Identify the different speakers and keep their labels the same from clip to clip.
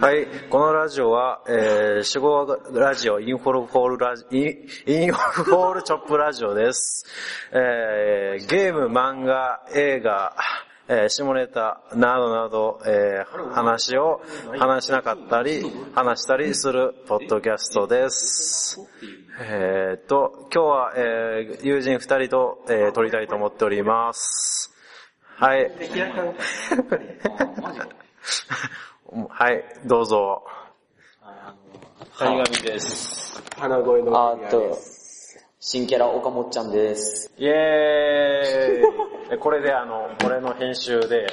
Speaker 1: はい、このラジオは、えー、シゴラジオ、インフォルホールラジ、イン、インフォールチョップラジオです。えー、ゲーム、漫画、映画、えー、下ネタなどなど、えー、話を話しなかったり、話したりするポッドキャストです。えー、っと、今日は、えー、友人二人と、えー、撮りたいと思っております。はい。はい、どうぞ。
Speaker 2: 谷上です。
Speaker 3: 鼻声の
Speaker 2: あ
Speaker 3: 組合
Speaker 2: ーっ
Speaker 3: で
Speaker 2: と
Speaker 3: す、
Speaker 2: 新キャラ岡もっちゃんです。
Speaker 1: イエーイこれであの、俺の編集で、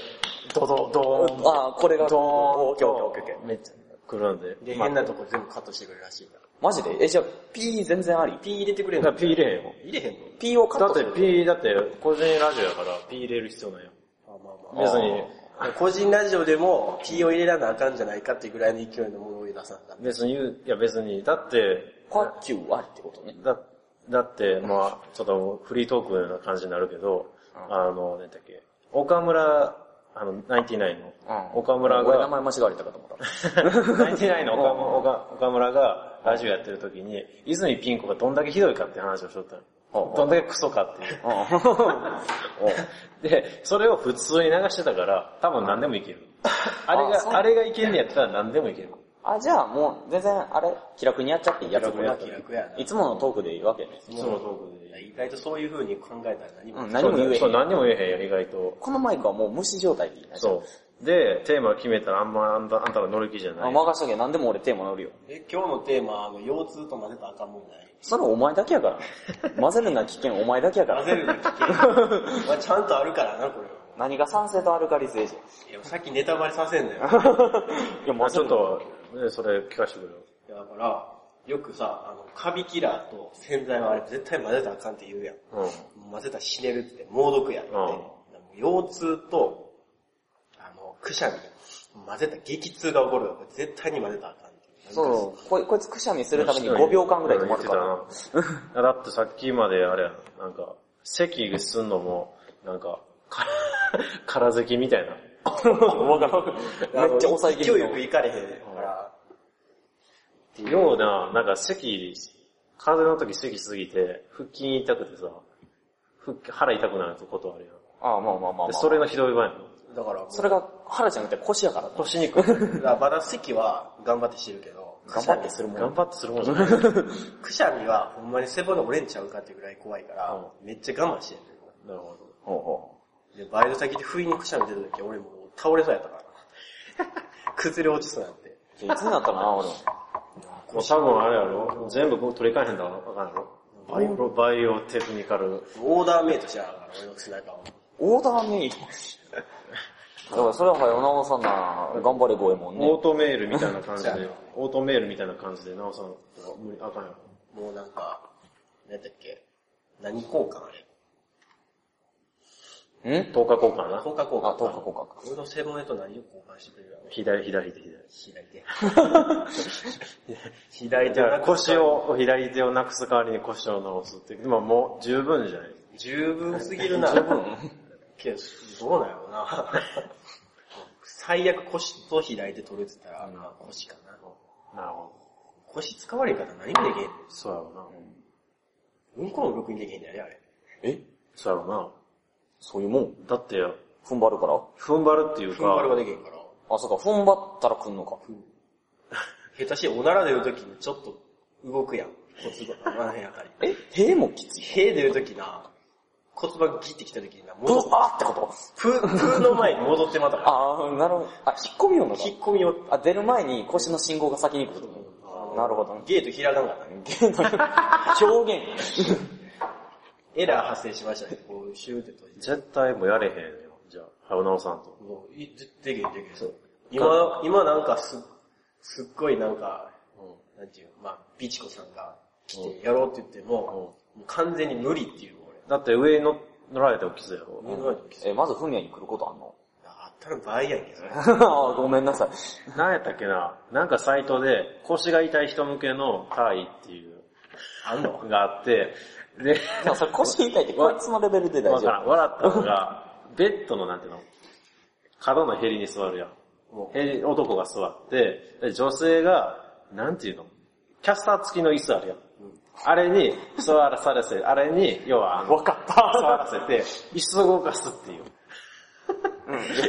Speaker 1: ドド、ドーン、
Speaker 2: あー、これが、
Speaker 1: ドーン
Speaker 2: おーオッケーオッケーオッケーオッケー
Speaker 1: と、めっちゃ来るんで。
Speaker 3: で、
Speaker 1: まあ
Speaker 3: 変なとこ全部カットしてくれるらしいから。
Speaker 2: マジでえ、じゃあ、P 全然あり
Speaker 3: P 入れてくれん
Speaker 1: だか
Speaker 3: の
Speaker 1: ら P 入れへんよ。
Speaker 3: 入れへんの
Speaker 2: ?P をカ
Speaker 1: だ
Speaker 2: ッ
Speaker 1: っ
Speaker 2: トする
Speaker 1: て P、だって個人ラジオやから P 入れる必要ないよ。
Speaker 3: まあま
Speaker 1: 別に、
Speaker 3: あまあ。個人ラジオでも P を入れらなあかんじゃないかっていうぐらいの勢いのものを出さなかっ
Speaker 1: 別に言う、いや別に、だって、
Speaker 2: パッキューありってことね。
Speaker 1: だ、だって、まあちょっとフリートークのような感じになるけど、あの、なんだっけ、岡村、あの、ナインティナインの、岡村
Speaker 2: 俺名
Speaker 1: が、
Speaker 2: 前間違われたかと思った。
Speaker 1: ナインティナインの岡村岡岡村がラジオやってる時に、泉ピン子がどんだけひどいかって話をしとったの。どんだけクソかっていう。で、それを普通に流してたから、多分何でもいける。あれ
Speaker 2: あそう
Speaker 1: が、あれがいけんねやったら何でもいける。
Speaker 2: あ、じゃあもう、全然、あれ、気楽にやっちゃっていいやつ
Speaker 3: 気楽や気楽やない
Speaker 2: つものトークでいいわけね。
Speaker 1: いつものトーク
Speaker 3: た。
Speaker 1: で。
Speaker 3: 意外とそういう風に考えたら何も。
Speaker 2: うん、何も言えへ
Speaker 1: そう、
Speaker 2: ん。
Speaker 1: 何にも言えへんよ、意外と。
Speaker 2: このマイクはもう無視状態でいいね。
Speaker 1: そう。で、テーマ決めたらあんまあんたあんたの乗り気じゃ
Speaker 2: あ、
Speaker 1: ない。
Speaker 2: 任しとけ、何でも俺テーマ乗るよ。
Speaker 3: え、今日のテーマ、あの、腰痛と混ぜたらあかんもんない。
Speaker 2: それお前だけやから。混ぜるな危険、お前だけやか
Speaker 3: 混ぜる
Speaker 2: ら。
Speaker 3: の危険。まあちゃんとあるからな、これは。
Speaker 2: 何が酸性とアルカリ性じ
Speaker 3: いや、さっきネタバレさせん なよ。
Speaker 2: ゃん。いや、
Speaker 1: ま
Speaker 2: も
Speaker 1: あ
Speaker 2: う
Speaker 1: ちょっと、ねそれ聞かせてくれよ。
Speaker 3: いやだから、よくさ、あの、カビキラーと洗剤はあれ絶対混ぜたらあかんって言うやん。
Speaker 1: うん。
Speaker 3: 混ぜたら死ねるって、猛毒やって。
Speaker 1: ん
Speaker 3: でも腰痛と、あの、くしゃみ、混ぜたら激痛が起こるよ。これ絶対に混ぜたらあかんっていう。
Speaker 2: そう、こいこいつくしゃみするために5秒間ぐらい止まるから。
Speaker 1: 言ってたな。だってさっきまであれやな、なんか、咳すんのも、なんか、 か空咳みた いな。
Speaker 2: わからんめっちゃ抑え気
Speaker 3: 勢
Speaker 2: 味
Speaker 3: い
Speaker 2: の
Speaker 3: よくいかれへんから、
Speaker 1: ような、なんか咳、風邪の時咳すぎて、腹筋痛くてさ、腹腹痛くなることあるやん。
Speaker 2: ああ、まあまあまあ、まあ。
Speaker 1: でそれのひどい場合やん。
Speaker 3: だからもう、
Speaker 2: それが腹じゃなくて腰やからね。
Speaker 1: 腰にくい。
Speaker 3: だからまだ席は頑張ってしてるけど、
Speaker 2: 頑張ってするも
Speaker 1: 頑
Speaker 2: ん。
Speaker 1: 張ってするもんじゃ ない。なる
Speaker 3: くしゃみはほんまに背骨折れんちゃうかってぐらい怖いから、
Speaker 1: う
Speaker 3: めっちゃ我慢してる。
Speaker 1: ほ
Speaker 2: ほうほ
Speaker 3: で、バイト先で不意にくしゃみ出た時俺もう倒れそうや ったから。崩れ落ちそうやって。
Speaker 2: う。いつになったか な、俺も。
Speaker 1: ど。もう多分あれやろ全部こう取り替えへんだあかんやろバイオ、バイオテクニカル。
Speaker 3: オーダーメイトしてやがるから、俺の背中を。
Speaker 2: オーダーメイド。だからそれは早直さんな、頑張れゴエモン
Speaker 1: オ
Speaker 2: ね
Speaker 1: ー。トメールみたいな感じで
Speaker 3: そうや、
Speaker 1: オートメールみたいな感じで直さんと無理、あかんやろ。
Speaker 3: もうなんか、なんだっけ、何交換あれ
Speaker 2: ん
Speaker 1: 10日交換な。
Speaker 3: 交換交換。
Speaker 2: あ、10日交換か。
Speaker 3: 俺の背骨と何を交換してくれるやろ
Speaker 1: 左、左手、左
Speaker 3: 左手。左
Speaker 1: 手。
Speaker 3: 手
Speaker 1: だか
Speaker 3: な
Speaker 1: ら
Speaker 3: く
Speaker 1: 腰。を、左手をなくす代わりに腰を直すっていう。まあもう十分じゃない
Speaker 3: 十分すぎるな。
Speaker 2: 十分。
Speaker 3: けど、どうなんやろうな。最悪腰と左手取れてたら、まあ腰かな。
Speaker 1: なるほど。
Speaker 3: 腰使われんかったら何もできへんの
Speaker 1: そうやろな。
Speaker 3: うんこもろくにできへんねやね、あれ。
Speaker 2: え
Speaker 1: そうやろ
Speaker 2: そういうもん
Speaker 1: な。だって、
Speaker 2: 踏ん張るから
Speaker 1: 踏ん張るっていう
Speaker 3: 踏ん張り
Speaker 1: か、
Speaker 3: ができへんから。
Speaker 2: あ、そうか、踏ん張ったら来んのか。
Speaker 3: 下手しておなら出るときにちょっと動くやん。骨盤が、あの辺あたり。
Speaker 2: え屁もきつい。
Speaker 3: 屁出るときな、骨盤ギってきたときにな、
Speaker 2: ブ
Speaker 3: 戻っ
Speaker 2: ワーってこと
Speaker 3: プー、プーの前に戻ってまたから。
Speaker 2: あー、なるほど。あ、引っ込みよんのか。
Speaker 3: 引っ込みを。
Speaker 2: あ、出る前に腰の信号が先に来るってこ
Speaker 3: あ
Speaker 2: と。
Speaker 3: の
Speaker 2: なるほどね。
Speaker 3: ゲート開かんかったね。
Speaker 2: 表現。
Speaker 3: エラー発生しましたね。こう、シューって閉じて。
Speaker 1: 絶対もうやれへんよ。じゃあ、はよ直さんと。
Speaker 3: もう、いでできへんできへん
Speaker 1: そう。
Speaker 3: 今、今なんかす、すっごいなんか、なんていう、まあ、ビチコさんが来てやろうって言っても、もう完全に無理っていうの俺。
Speaker 1: だって上に乗乗られて起きずやろ。
Speaker 3: 見ない時
Speaker 2: え、まずフミヤに来ることあんの
Speaker 3: あったら倍やんけ、それ。
Speaker 2: あごめんなさい。
Speaker 1: 何やったっけななんかサイトで腰が痛い人向けの体位っていう
Speaker 3: あんの
Speaker 1: のがあって、で、
Speaker 2: でもそれ腰痛いって こいつのレベルで大
Speaker 1: わ
Speaker 2: 丈
Speaker 1: からん。
Speaker 2: 夫。
Speaker 1: 笑ったのが、ベッドのなんていうの角のヘリに座るやん。
Speaker 3: も
Speaker 1: ヘリ、男が座って、で女性が、なんていうのキャスター付きの椅子あるやん。あれに座らされて、あれに、要はあの、
Speaker 2: わかっ
Speaker 1: 座
Speaker 2: た。
Speaker 1: らせて、椅子を動かすっていう。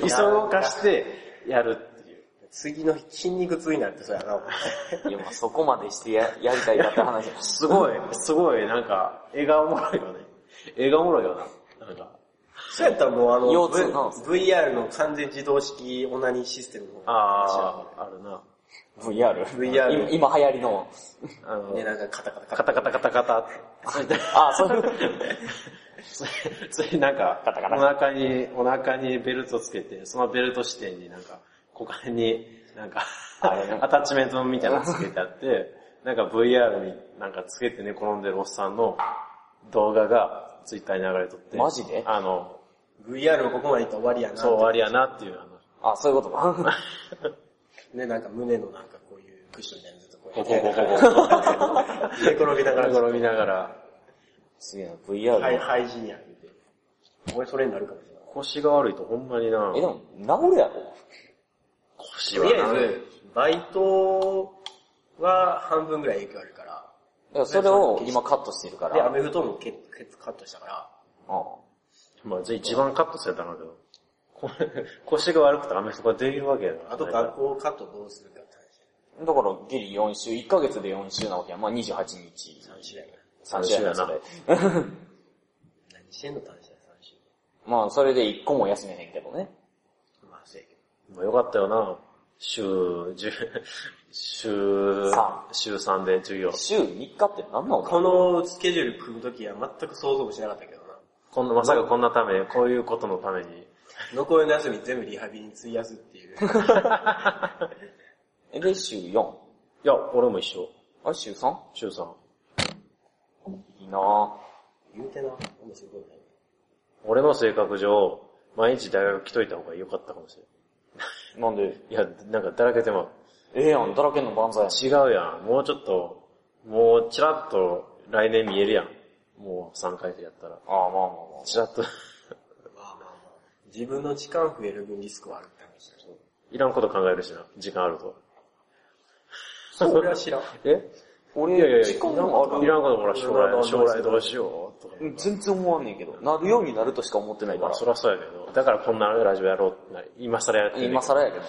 Speaker 1: 椅子を動かしてやるっていう。
Speaker 3: う、次の日筋肉痛になってそうやな、お前
Speaker 2: いや、まあそこまでしてややりたいかって 話。
Speaker 1: すごい、すごい、なんか、絵がおもろいよね。絵がおもろいよな。なんか、
Speaker 3: そうやったらもうあの、
Speaker 2: 腰痛なんす
Speaker 3: V- VR の完全自動式オナニーシステムの話や
Speaker 1: あ
Speaker 3: もんね
Speaker 1: あ、あるな。
Speaker 2: VR。
Speaker 3: VR
Speaker 2: 今今流行り の。
Speaker 1: あの、
Speaker 3: ね、なんかカタカタ
Speaker 1: カタカタカタカタ。
Speaker 2: あ、そういう。
Speaker 1: それ、それなんか、
Speaker 2: カタカタ
Speaker 1: お腹に、お腹にベルトつけて、そのベルト支点になんか、股間に、なんか、
Speaker 2: あれね
Speaker 1: アタッチメントみたいなのつけてあって、なんか VR になんかつけて寝転んでるおっさんの動画がツイッターに流れとって。
Speaker 2: マジで
Speaker 1: あの、
Speaker 3: VR もここまでいったら終わりやなって。
Speaker 1: そう終わりやなっていう、あの、
Speaker 2: あ、そういうことか。
Speaker 3: ね、なんか胸のなんかこういうクッションみたいなのずっとこう
Speaker 1: こ
Speaker 3: やっ
Speaker 1: こ
Speaker 3: て
Speaker 1: こここ
Speaker 3: 寝転びながら、
Speaker 1: こ、転びながら、
Speaker 2: すげえな、VR の。
Speaker 3: はい、廃人や、言うて。俺それになるかもしれない。
Speaker 1: 腰が悪いとほんまにな
Speaker 2: え、で、も、治るやろ。
Speaker 1: 腰
Speaker 3: と
Speaker 1: はな
Speaker 3: りあえず、バイトは半分ぐらい影響あるから、
Speaker 2: だからそれを今カットしてるから。
Speaker 3: で、アメフトもケケツカットしたから、
Speaker 2: う
Speaker 1: まあ、じゃあ一番カットされたんだけど、これ腰が悪くてアメフトができるわけやから。
Speaker 3: あと学校カットどうするかって
Speaker 2: んだから、ギリ4週、1ヶ月で4週なわけやん。まあ28日、
Speaker 3: 話。3週やか
Speaker 2: 3
Speaker 3: ら。
Speaker 2: 週やな、
Speaker 1: 三
Speaker 2: そ
Speaker 1: 週や
Speaker 2: れ
Speaker 1: な。
Speaker 3: 何してんのって話だよ、3週。
Speaker 2: まあ、それで1個も休めへんけどね。
Speaker 3: まあ、せやけど。
Speaker 1: まあ、よかったよな。週10、週
Speaker 2: 三、
Speaker 1: 週3で授業。
Speaker 2: 週3日って何なの
Speaker 3: このスケジュール組むときは全く想像もしなかったけどな。
Speaker 1: こんな、まさかこんなため、こういうことのために。
Speaker 3: 残りの休み全部リハビリに費やすっていう。
Speaker 2: えで、週 4?
Speaker 1: いや、俺も一緒。
Speaker 2: あれ、週 3?
Speaker 1: 週3。
Speaker 2: いいなぁ。
Speaker 3: 言うてな、ほんますごいね。
Speaker 1: 俺の性格上、毎日大学来といた方が良かったかもし
Speaker 2: なんで
Speaker 1: れん。いや、なんかだらけてまう。
Speaker 2: ええやん、だらけの万歳やん。
Speaker 1: 違うやん。もうちょっと、もうチラッと来年見えるやん。もう3回生やったら。
Speaker 2: ああ、まあまあま
Speaker 1: チラッと、
Speaker 3: まあまあまあ。自分の時間増える分リスクはあるって話だけど。
Speaker 1: いらんこと考えるしな。時間あると。
Speaker 3: それは知らん。
Speaker 1: え
Speaker 2: あ。俺、
Speaker 1: いやいやいや、
Speaker 2: 時間
Speaker 1: い
Speaker 2: が
Speaker 1: らんこといらん
Speaker 2: あ
Speaker 1: ことほら将来、将来どうしようとか。
Speaker 2: る。全然思わんねんけど。なるようになるとしか思ってないか
Speaker 1: まあ
Speaker 2: ら。
Speaker 1: そりゃそうやけど、だからこんなラジオやろうってなり、今更やってるけど
Speaker 2: 今更やけどな。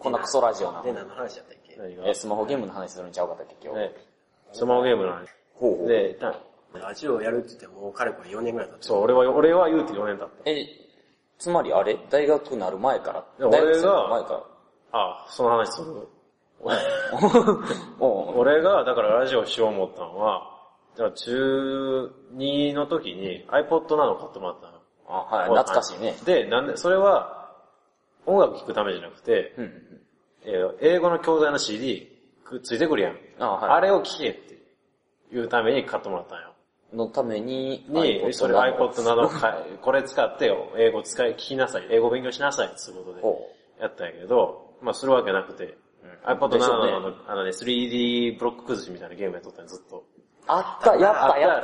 Speaker 2: こんなクソラジオな
Speaker 3: で、。何の話だったっけ
Speaker 1: 何が、
Speaker 2: え、スマホゲームの話するんちゃうかったっけ、今日。
Speaker 1: ね、スマホゲームなの
Speaker 2: ほうほ
Speaker 1: に。
Speaker 2: う
Speaker 1: で、た
Speaker 3: ラジオやるって言っても、かれこれ4年ぐらい経ってる
Speaker 1: そう、俺は、俺は言うて4年経っ
Speaker 2: え、つまりあれ大学なる前から
Speaker 1: いや
Speaker 2: 大学
Speaker 1: 俺
Speaker 2: 生
Speaker 1: が
Speaker 2: なる前から
Speaker 1: た。ああ、その話する。
Speaker 2: おう
Speaker 1: 俺が、だからラジオしよう思ったのは、だから中2の時に iPod なの買ってもらったの。
Speaker 2: あ、はい、懐かしいね。
Speaker 1: で、なんで、それは、音楽聴くためじゃなくて、
Speaker 2: うんうんうん。
Speaker 1: えー英語の教材の CD くついてくるやん。
Speaker 2: あはい
Speaker 1: あれを聴けっていうために買ってもらったんよ。
Speaker 2: のために、
Speaker 1: に、それ iPod など買い、これ使ってよ英語使い、聞きなさい、英語勉強しなさいってことで
Speaker 2: ほ
Speaker 1: やったんやけど、まあするわけなくて、iPod 7
Speaker 2: でしょうね
Speaker 1: の、あのね、3D ブロック崩しみたいなゲームやっとったんよずっと。
Speaker 2: あった、やった、やっ。
Speaker 1: あっ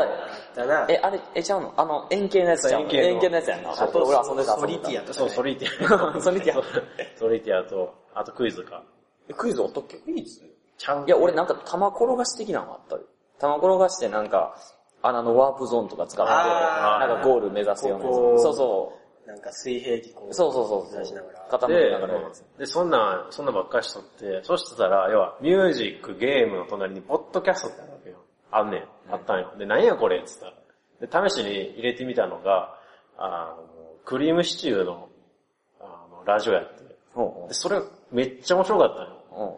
Speaker 1: た
Speaker 3: だな、
Speaker 2: え、あれ、え、ちゃうのあの、円形のやつちゃうの
Speaker 1: そう円形の
Speaker 2: 円形のやつやんな。
Speaker 1: そう
Speaker 2: あと俺遊んでた、遊んで
Speaker 3: ソリティ
Speaker 2: た。
Speaker 3: アとか
Speaker 1: そう、
Speaker 3: ね、
Speaker 1: ソリティア。
Speaker 2: ソリティア
Speaker 1: そう。ソリティアと、あとクイズか。
Speaker 2: えクイズおったっけクイズ
Speaker 3: ちゃう
Speaker 2: いや、俺なんか玉転がし的なのがあったよ。玉転がしてなんか、穴のワープゾーンとか使って、
Speaker 3: あ
Speaker 1: ー
Speaker 2: なんかゴール目指すようなやつ
Speaker 3: ここ
Speaker 2: そうそ
Speaker 3: なんか水平器こ
Speaker 2: う。
Speaker 3: う、
Speaker 2: そうそうそう
Speaker 3: 出し
Speaker 2: そ
Speaker 3: な
Speaker 2: う
Speaker 3: がら。。
Speaker 2: 傾け
Speaker 1: で
Speaker 2: ながらやるやつ。、
Speaker 1: で、そんなん、そんなんばっかりしとって、そしてたら、要は、ミュージック、ゲームの隣に、ポッドキャストってあるわけよ。あんねん。あったんよ。で、何やこれって言ったら。で、試しに入れてみたのが、あの、クリームシチューの、あの、ラジオやって。
Speaker 2: ほうほ
Speaker 1: で、それ、めっちゃ面白かったんよ。
Speaker 2: ううん。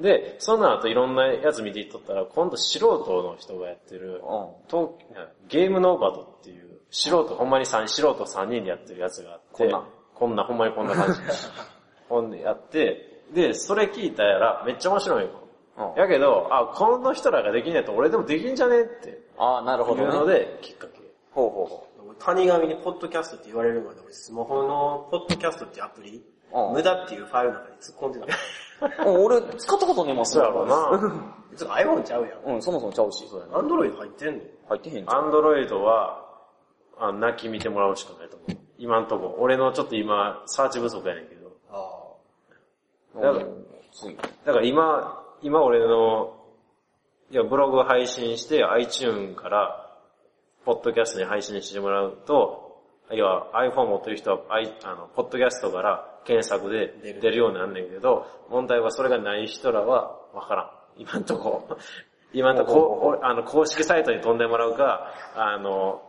Speaker 1: で、その後いろんなやつ見ていっとったら、今度素人の人がやってる、
Speaker 2: う
Speaker 1: 東ゲームノーバトっていう、素人、ほんまに三素人3人でやってるやつがあって、
Speaker 2: こんなん
Speaker 1: こんなほんまにこんな感じ。ほんでやって、で、それ聞いたやら、めっちゃ面白いよ。
Speaker 2: うん
Speaker 1: やけど、あ、この人らができんやったら俺でもできんじゃねえって
Speaker 2: ああ、なる
Speaker 1: い
Speaker 2: ほ
Speaker 1: う
Speaker 2: ど、ね。
Speaker 1: ので、きっかけ。
Speaker 2: ほうほうほ
Speaker 4: 谷上にポッドキャストって言われるまで、俺スマホのポッドキャストっていうアプリ、
Speaker 2: うん
Speaker 4: 無駄っていうファイルの中に突っ込んでた。
Speaker 2: う。うん俺、使ったことねえもん、
Speaker 1: そうやろう な。
Speaker 4: 別に iPhone ちゃうやん。
Speaker 2: うん、そもそもちゃうし。そうやな。
Speaker 4: アンドロイド入ってんの
Speaker 2: 入ってへんじゃん。
Speaker 1: アンドロイドは、あ泣き見てもらうしかないと思う。今んとこ。俺のちょっと今、サーチ不足やねんけど。
Speaker 4: あ
Speaker 1: なんか
Speaker 2: うんつい。
Speaker 1: だから今、今俺の、いや、ブログ配信して、iTune から、ポッドキャストに配信してもらうと、要は iPhone 持ってる人は、I、あの、ポッドキャストから検索で
Speaker 4: 出る
Speaker 1: 出るようになんねんけど、問題はそれがない人らは、わからん。今んと こ、今んとこ
Speaker 2: ほうほうほ
Speaker 1: こう、あの、公式サイトに飛んでもらうか、あの、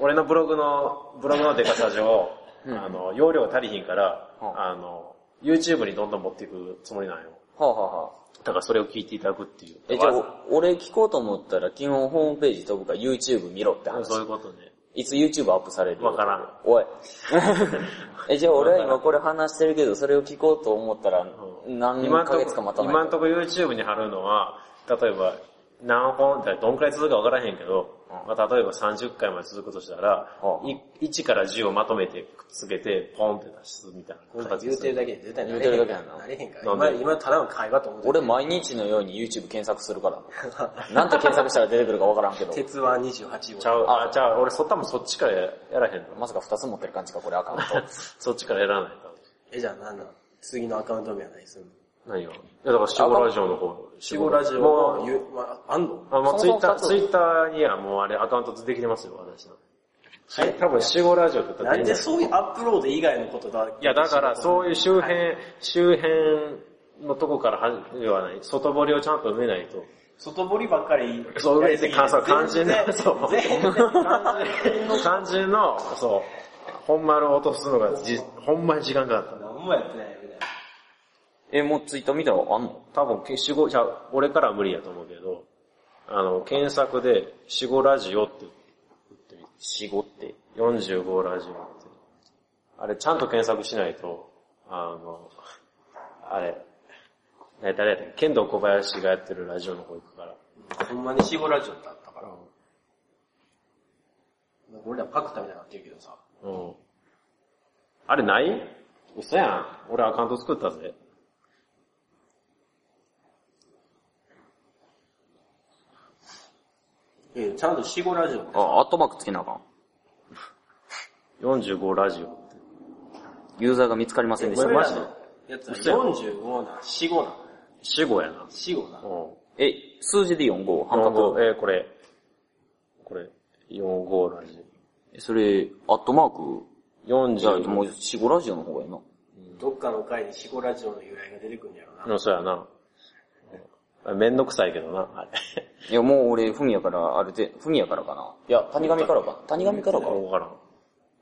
Speaker 1: 俺のブログの、ブログのデカさ上、
Speaker 2: うん
Speaker 1: あの、容量が足りひんから、
Speaker 2: うん
Speaker 1: あの、YouTube にどんどん持っていくつもりなんよ。
Speaker 2: はあ、はあはあ、
Speaker 1: だからそれを聞いていただくっていう。
Speaker 2: え、じゃあ、お俺聞こうと思ったら、基本ホームページ飛ぶから YouTube 見ろって
Speaker 1: わ
Speaker 2: 話
Speaker 1: ざ。そういうことね。
Speaker 2: いつ YouTube アップされる
Speaker 1: わからん。
Speaker 2: おい。え、じゃあ俺は今これ話してるけど、それを聞こうと思ったら、何
Speaker 1: 今ん
Speaker 2: ヶ
Speaker 1: と
Speaker 2: 月か待
Speaker 1: こ、
Speaker 2: たない
Speaker 1: 今んとこ YouTube に貼るのは、例えば、何本、だどんくらい続くかわからへんけど、
Speaker 2: うん
Speaker 1: まあ、例えば30回まで続くとしたら、
Speaker 2: うん
Speaker 1: い1から10をまとめてくっつけて、ポンって出すみたいな
Speaker 4: あ。
Speaker 1: 形
Speaker 4: 言
Speaker 1: で
Speaker 4: う
Speaker 1: す
Speaker 4: て
Speaker 1: る。
Speaker 4: るだけで絶対なれ
Speaker 2: 言
Speaker 4: へん
Speaker 2: うてる
Speaker 4: から。
Speaker 2: だけやんな
Speaker 4: なれへんか
Speaker 1: な
Speaker 4: ら。
Speaker 1: んで
Speaker 4: 今、今ただの会話と思って
Speaker 2: 俺毎日のように YouTube 検索す るから。なんて検索したら出てくるかわからんけど。
Speaker 4: 鉄腕28号。
Speaker 1: ちゃう、あ、ちゃう、俺そったもんそっちからややらへんの。
Speaker 2: まさか2つ持ってる感じか、これアカウント。
Speaker 1: そっちからやらないと。
Speaker 4: え、じゃあなんなん次のアカウント名は何するの
Speaker 1: 何をいや、だから死後ラジオの方。
Speaker 4: 死後ラジオ
Speaker 1: も
Speaker 4: の
Speaker 1: う、
Speaker 4: ゆ、まあ、あんの
Speaker 1: あもう
Speaker 2: そ
Speaker 1: ツイッ
Speaker 2: もそ
Speaker 1: ター、
Speaker 2: も二つ
Speaker 1: ツイッターにはもうあれアカウントできてますよ、私の。
Speaker 4: え
Speaker 1: 多分死後ラジオって言ったら
Speaker 4: な
Speaker 1: 出
Speaker 4: ん
Speaker 1: る
Speaker 4: でそういうアップロード以外のことだ
Speaker 1: いや、だから、
Speaker 4: う。
Speaker 1: そういう周辺、周辺のとこからはじ、ではない。外堀をちゃんと埋めないと。
Speaker 4: 外堀ばっかり。
Speaker 1: そう、埋めて、かそう肝心の、そう。
Speaker 4: 全然全然
Speaker 1: 肝心 の、肝心の、そう。本丸を落とすのがじ、ほんまに時間がかかっ
Speaker 4: 何もやってないみたいな。
Speaker 2: え、もう Twitter 見たらあんの
Speaker 1: た。多分、け死後、じゃあ俺からは無理やと思うけど、あの、検索で、死後ラジオって
Speaker 2: 死後って。
Speaker 1: 45ラジオって。あれ、ちゃんと検索しないと、あの、あれ、ね誰やったっけ剣道小林がやってるラジオの方行くから。
Speaker 4: ほんまに死後ラジオってあったから。なんか俺らパクったみたいになってるけどさ。
Speaker 1: うん。あれない嘘やん。俺アカウント作ったぜ。
Speaker 4: いやいやちゃんと死後ラジオって。
Speaker 2: あ、アットマークつけなあかん。
Speaker 1: 45ラジオ。
Speaker 2: ユーザーが見つかりませんでし
Speaker 1: え
Speaker 2: た
Speaker 1: こ。れマジで
Speaker 4: やつは45な、死後な、
Speaker 1: 死後やな。
Speaker 4: 死後な
Speaker 1: う。ん。
Speaker 2: え、数字で45、半角。
Speaker 1: 45、えーこれ。これ、45ラジ
Speaker 2: えそれ、アットマーク
Speaker 1: オ。
Speaker 2: じゃあ、も
Speaker 1: 45。
Speaker 2: う、4、5ラジオの方がいいな。
Speaker 4: どっかの回に死後ラジオの由来が出てくるんやろな。
Speaker 1: うん、そうやな。あめんどくさいけどな、あれ。
Speaker 2: いや、もう俺、ふみやから、あれで、ふみやからかな。いや、谷上からか。谷上からか。
Speaker 1: わからん。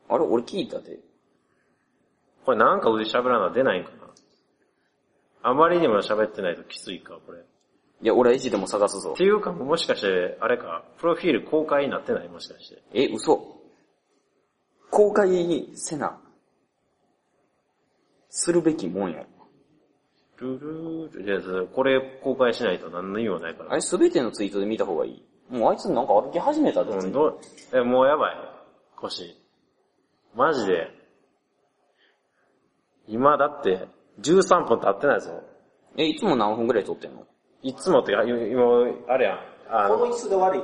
Speaker 2: あれ、俺聞いたで。
Speaker 1: これなんか腕喋らな出ないんかな。あまりにも喋ってないときついか、これ。っ
Speaker 2: いや、俺は意地でも探すぞ
Speaker 1: て。いうか、もしかして、あれか、プロフィール公開になってないもしかして。
Speaker 2: え、嘘。公開にせな。するべきもんや。
Speaker 1: ルルール、いやそうこれ公開しないと何の意味もないから
Speaker 2: あ。れ、すべてのツイートで見た方がいい。もうあいつなんか歩き始めたで、
Speaker 1: う
Speaker 2: つい
Speaker 1: ん、どう、え、もうやばい。腰。マジで。今だって、13分経ってないぞ。
Speaker 2: え、いつも何分くらい撮ってんの
Speaker 1: いつもってか、い今、あれやん。あ
Speaker 4: この椅
Speaker 1: の、
Speaker 4: 子が悪い。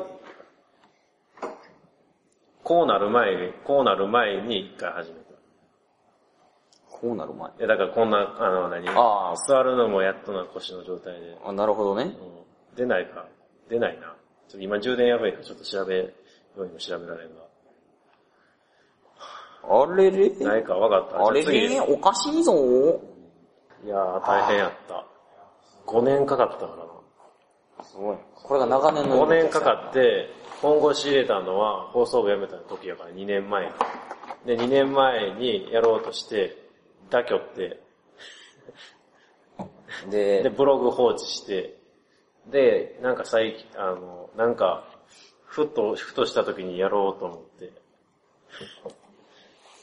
Speaker 1: こうなる前に、こうなる前に一回始めた。
Speaker 2: こうなる前。
Speaker 1: え、だからこんな、あの、何
Speaker 2: あー
Speaker 1: 座るのもやっとな腰の状態で。
Speaker 2: あ、なるほどね。
Speaker 1: うん、出ないか。出ないな。ちょっと今充電やばいから、ちょっと調べ、ようにも調べられんが。
Speaker 2: あれれ
Speaker 1: ないか、わかった。
Speaker 2: あれ
Speaker 1: じゃ次
Speaker 2: れおかしいぞ
Speaker 1: いやー、大変やった。5年かかったからな。
Speaker 2: すごい。これが長年の。
Speaker 1: 5年かかって、本腰入れたのは放送部辞めた時やから2年前。で、2年前にやろうとして、妥協って、
Speaker 2: で
Speaker 1: で、、ブログ放置して、で、なんか最近、あの、なんか、ふと、ふとした時にやろうと思って、